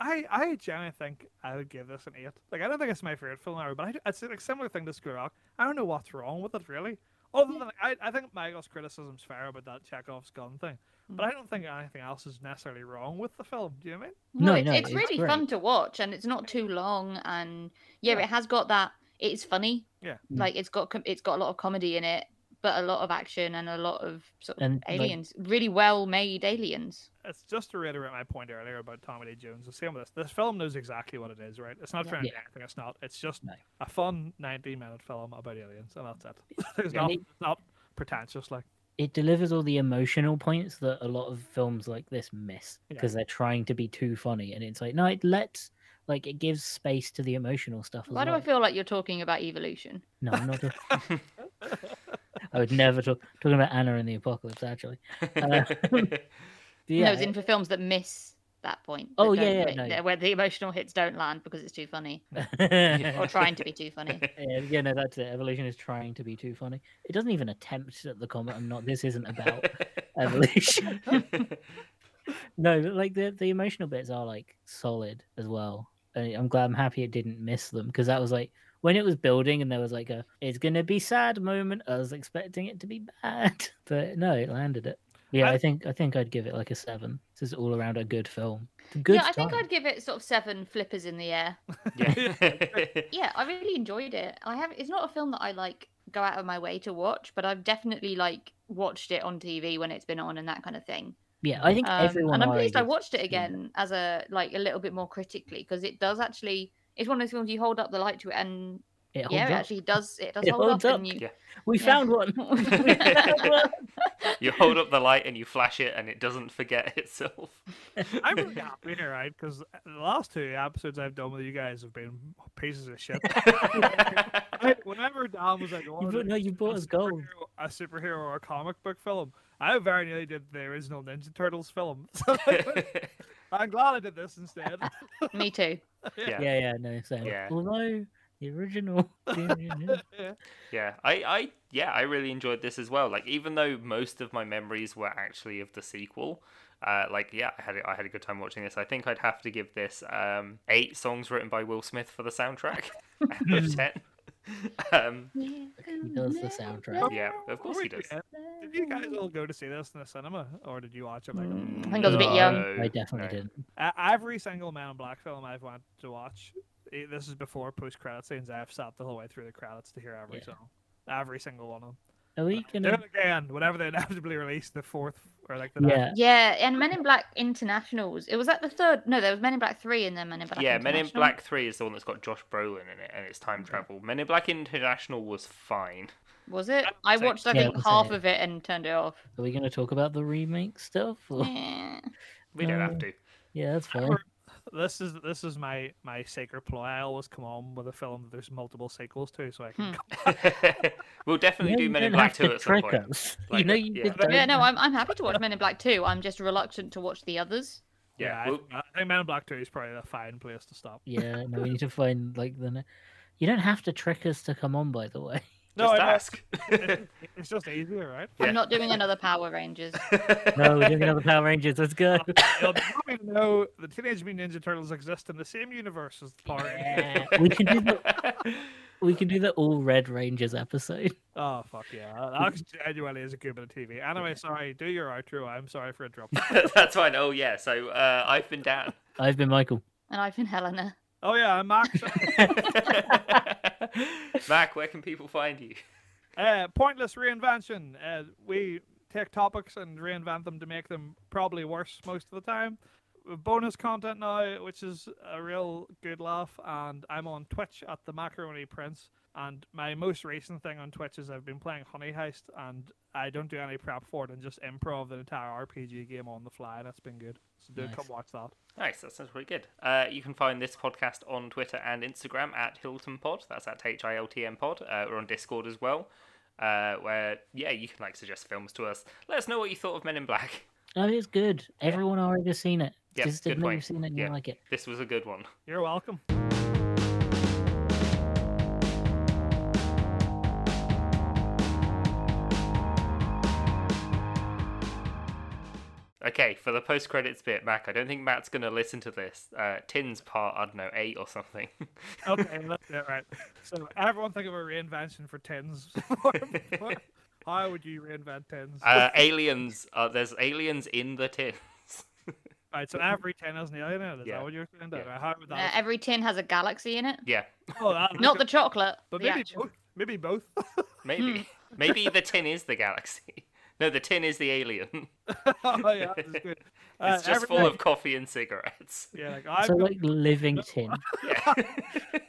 Speaker 4: I, I genuinely think I would give this an eight. Like, I don't think it's my favorite film ever, but I, do- it's a similar thing to School Rock. I don't know what's wrong with it really. Other than I, I think Michael's criticism's fair about that Chekhov's gun thing, but I don't think anything else is necessarily wrong with the film. Do you know what I mean?
Speaker 2: No,
Speaker 3: it's,
Speaker 2: no,
Speaker 3: it's
Speaker 2: it's
Speaker 3: really
Speaker 2: great.
Speaker 3: fun to watch and it's not too long and yeah,
Speaker 4: Yeah.
Speaker 3: it has got that it's funny.
Speaker 4: Yeah.
Speaker 2: Mm.
Speaker 3: Like it's got com- it's got a lot of comedy in it, but a lot of action and a lot of sort of
Speaker 2: And like,
Speaker 3: aliens, really well made aliens.
Speaker 4: it's just to reiterate my point earlier about Tommy Lee Jones. The same with this. This film knows exactly what it is, right? It's not
Speaker 3: Yeah.
Speaker 4: trying to
Speaker 2: Yeah.
Speaker 4: do anything. It's not. It's just
Speaker 2: No.
Speaker 4: a fun 19 minute film about aliens, and that's it. it's
Speaker 1: Yeah.
Speaker 4: not, it's not pretentious. Like,
Speaker 2: it delivers all the emotional points that a lot of films like this miss
Speaker 4: Yeah.
Speaker 2: because they're trying to be too funny, and it's like no, it lets like it gives space to the emotional stuff. As
Speaker 3: Why do
Speaker 2: well.
Speaker 3: I feel like you're talking about evolution?
Speaker 2: No, I'm not. I would never talk talking about Anna and the Apocalypse. Actually, Uh, But yeah,
Speaker 3: No, it's in for films that miss that point. that
Speaker 2: Oh, yeah,
Speaker 3: don't
Speaker 2: yeah,
Speaker 3: hit-
Speaker 2: no.
Speaker 3: that- where the emotional hits don't land because it's too funny or trying to be too funny.
Speaker 2: Yeah, yeah, no, that's it. Evolution is trying to be too funny. It doesn't even attempt at the comment. I'm not. This isn't about evolution. no, but like the the emotional bits are like solid as well. And I'm glad. I'm happy it didn't miss them because that was like when it was building and there was like a it's gonna be sad moment. I was expecting it to be bad, but no, it landed it. Yeah,
Speaker 4: I-
Speaker 2: I, think I think I'd give it like a seven. This is all around a good film. It's a good.
Speaker 3: yeah, I think
Speaker 2: time.
Speaker 3: I'd give it sort of seven flippers in the air.
Speaker 1: yeah.
Speaker 3: Yeah, I really enjoyed it. I have. It's not a film that I like go out of my way to watch, but I've definitely like watched it on TV when it's been on and that kind of thing.
Speaker 2: Yeah, I think
Speaker 3: Um,
Speaker 2: everyone.
Speaker 3: and I'm
Speaker 2: our
Speaker 3: pleased I
Speaker 2: ages-
Speaker 3: watched it
Speaker 2: yeah.
Speaker 3: again as a like a little bit more critically because it does actually. It's one of those films you hold up the light to it and
Speaker 2: It holds
Speaker 3: yeah, it
Speaker 2: up.
Speaker 3: actually does. It does
Speaker 2: It
Speaker 3: hold
Speaker 2: holds
Speaker 3: up,
Speaker 2: up.
Speaker 3: and you.
Speaker 1: Yeah.
Speaker 2: We
Speaker 3: Yeah.
Speaker 2: found one. We found one.
Speaker 1: You hold up the light and you flash it, and it doesn't forget itself.
Speaker 4: I'm really happy here, right? Because the last two episodes I've done with you guys have been pieces of shit. I, whenever Dan was like, "I wanna
Speaker 2: brought-
Speaker 4: do
Speaker 2: no, you brought
Speaker 4: a
Speaker 2: us gold."
Speaker 4: superhero- A superhero or a comic book film. I very nearly did the original Ninja Turtles film. So I'm glad I did this instead.
Speaker 3: Me too.
Speaker 1: yeah.
Speaker 2: yeah, yeah, no, so
Speaker 1: Yeah.
Speaker 2: although the original
Speaker 4: Yeah.
Speaker 1: Yeah, I, I, yeah, I really enjoyed this as well. Like, even though most of my memories were actually of the sequel, uh, like, yeah, I had, a- I had a good time watching this. I think I'd have to give this um, eight songs written by Will Smith for the soundtrack out of ten. um,
Speaker 3: He
Speaker 2: does the soundtrack.
Speaker 1: yeah, of course he
Speaker 4: Where'd
Speaker 1: does.
Speaker 4: you get- Did you guys all go to see this in the cinema, or did you watch it? Like,
Speaker 3: Mm, I think I was a bit young.
Speaker 1: No,
Speaker 2: I definitely
Speaker 1: no.
Speaker 2: didn't.
Speaker 4: Uh, every single Man in Black film I've wanted to watch, eh, this is before post credit scenes. I've sat the whole way through the credits to hear every
Speaker 2: Yeah.
Speaker 4: song, every single one of them.
Speaker 2: Are we
Speaker 4: Do
Speaker 2: gonna?
Speaker 4: it again whenever they inevitably release the fourth or like the
Speaker 2: Yeah,
Speaker 3: Yeah, and Men in Black Internationals. It was like the third. No, there was Men in Black three and then Men in Black.
Speaker 1: Yeah, Men in
Speaker 3: International.
Speaker 1: Black 3 is the one that's got Josh Brolin in it, and it's time travel. Men in Black International was fine.
Speaker 3: Was it? I
Speaker 4: Same.
Speaker 3: watched, I
Speaker 2: Yeah,
Speaker 3: think,
Speaker 2: it was
Speaker 3: half
Speaker 2: it.
Speaker 3: of it and turned it off.
Speaker 2: are we gonna talk about the remake stuff? Or...
Speaker 3: Eh.
Speaker 1: We don't have
Speaker 2: No.
Speaker 1: to.
Speaker 2: Yeah, that's fine.
Speaker 4: Or- This is this is my my sacred ploy. I always come on with a film that there's multiple sequels to, so I can.
Speaker 3: Hmm.
Speaker 1: we'll definitely
Speaker 2: Yeah,
Speaker 1: do
Speaker 2: you
Speaker 1: Men in
Speaker 2: don't
Speaker 1: Black
Speaker 2: have to
Speaker 1: 2 at some
Speaker 2: trick
Speaker 1: point.
Speaker 2: us.
Speaker 1: Like,
Speaker 2: you know, you
Speaker 1: yeah.
Speaker 2: just
Speaker 4: But
Speaker 2: don't
Speaker 3: Yeah, no,
Speaker 2: know.
Speaker 3: I'm, I'm happy to watch Men in Black 2. I'm just reluctant to watch the others.
Speaker 1: Yeah,
Speaker 4: I,
Speaker 1: we'll-
Speaker 4: think- I think Man in Black Two is probably a fine place to stop.
Speaker 2: Yeah, no, we need to find like the. ne- You don't have to trick us to come on, by the way.
Speaker 4: No,
Speaker 1: Just
Speaker 4: I know.
Speaker 1: ask.
Speaker 4: It's just easier, right?
Speaker 1: Yeah.
Speaker 3: I'm not doing another Power Rangers.
Speaker 2: No, we're doing another Power Rangers. Let's go.
Speaker 4: You'll probably know the Teenage Mutant Ninja Turtles exist in the same universe as the Power Rangers.
Speaker 2: Yeah. We can do the we can do the all red Rangers episode.
Speaker 4: Oh fuck yeah! That actually genuinely is a good bit of TV. Anyway, sorry. Do your outro. I'm sorry for interrupting.
Speaker 1: That's fine. Oh, yeah. So uh, I've been down.
Speaker 2: I've been Michael.
Speaker 3: And I've been Helena.
Speaker 4: oh yeah, I'm Max.
Speaker 1: Mac, where can people find you?
Speaker 4: Uh, pointless reinvention. Uh, we take topics and reinvent them to make them probably worse most of the time. Bonus content now, which is a real good laugh, and I'm on Twitch at the Macaroni Prince. And my most recent thing on Twitch is I've been playing Honey Heist, and I don't do any prep for it and just improv the entire RPG game on the fly, and that's been good. So do
Speaker 2: Nice.
Speaker 4: come watch that.
Speaker 1: Nice, that sounds pretty good. Uh, you can find this podcast on Twitter and Instagram at Hilton Pod. That's at H I L T M Pod. Uh, we're on Discord as well, uh, where yeah, you can like suggest films to us. Let us know what you thought of Men in Black.
Speaker 2: Oh, it's good. Everyone already seen it.
Speaker 1: Yeah,
Speaker 2: Just
Speaker 1: good
Speaker 2: admit
Speaker 1: point.
Speaker 2: you've seen it and
Speaker 1: Yeah.
Speaker 2: you like it.
Speaker 1: This was a good one.
Speaker 4: You're welcome.
Speaker 1: Okay, for the post credits bit, Mac. I don't think Matt's gonna listen to this. Uh, Tin's part, I don't know, eight or something.
Speaker 4: Okay, let's do it right. So everyone think of a reinvention for tins. What- How would you reinvent tins?
Speaker 1: uh, aliens. Uh, there's aliens in the tins.
Speaker 4: right, so every tin has an alien in it. Is
Speaker 1: yeah,
Speaker 4: that what you're saying?
Speaker 1: yeah.
Speaker 4: Dad? Right, How would
Speaker 3: Uh,
Speaker 4: that?
Speaker 3: every tin has a galaxy in it.
Speaker 1: yeah,
Speaker 4: oh, that
Speaker 3: Not the chocolate.
Speaker 4: but
Speaker 3: the
Speaker 4: maybe
Speaker 3: actual-
Speaker 4: both. Maybe both.
Speaker 1: maybe,
Speaker 4: Hmm.
Speaker 1: maybe the tin is the galaxy. No, the tin is the alien.
Speaker 4: oh yeah, that's good. Uh,
Speaker 1: It's just
Speaker 4: every
Speaker 1: full
Speaker 4: tin-
Speaker 1: of coffee and cigarettes.
Speaker 4: Yeah, like I,
Speaker 2: so like living tin.
Speaker 1: Yeah.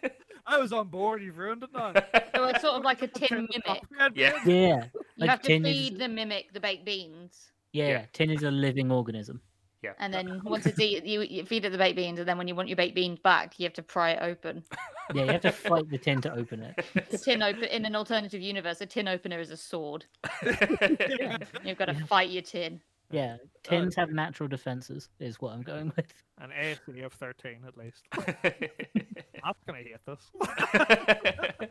Speaker 4: I was on board. You've ruined it now.
Speaker 3: So it's sort of like a tin mimic.
Speaker 4: Reinvent
Speaker 1: yeah.
Speaker 2: Yeah.
Speaker 3: You
Speaker 2: Like
Speaker 3: have to
Speaker 2: tin is-
Speaker 3: feed the mimic the baked beans.
Speaker 2: yeah,
Speaker 1: Yeah.
Speaker 2: Tin is a living organism.
Speaker 1: Yeah.
Speaker 3: And then once it's eat, you, you feed it the baked beans, and then when you want your baked beans back, you have to pry it open.
Speaker 2: Yeah, you have to fight the tin to open it.
Speaker 3: The tin open in an alternative universe, a tin opener is a sword. You've got to fight your tin.
Speaker 2: Yeah, tins have natural defenses, is what I'm going with.
Speaker 4: An ASC of 13 at least. I'm going to hate this.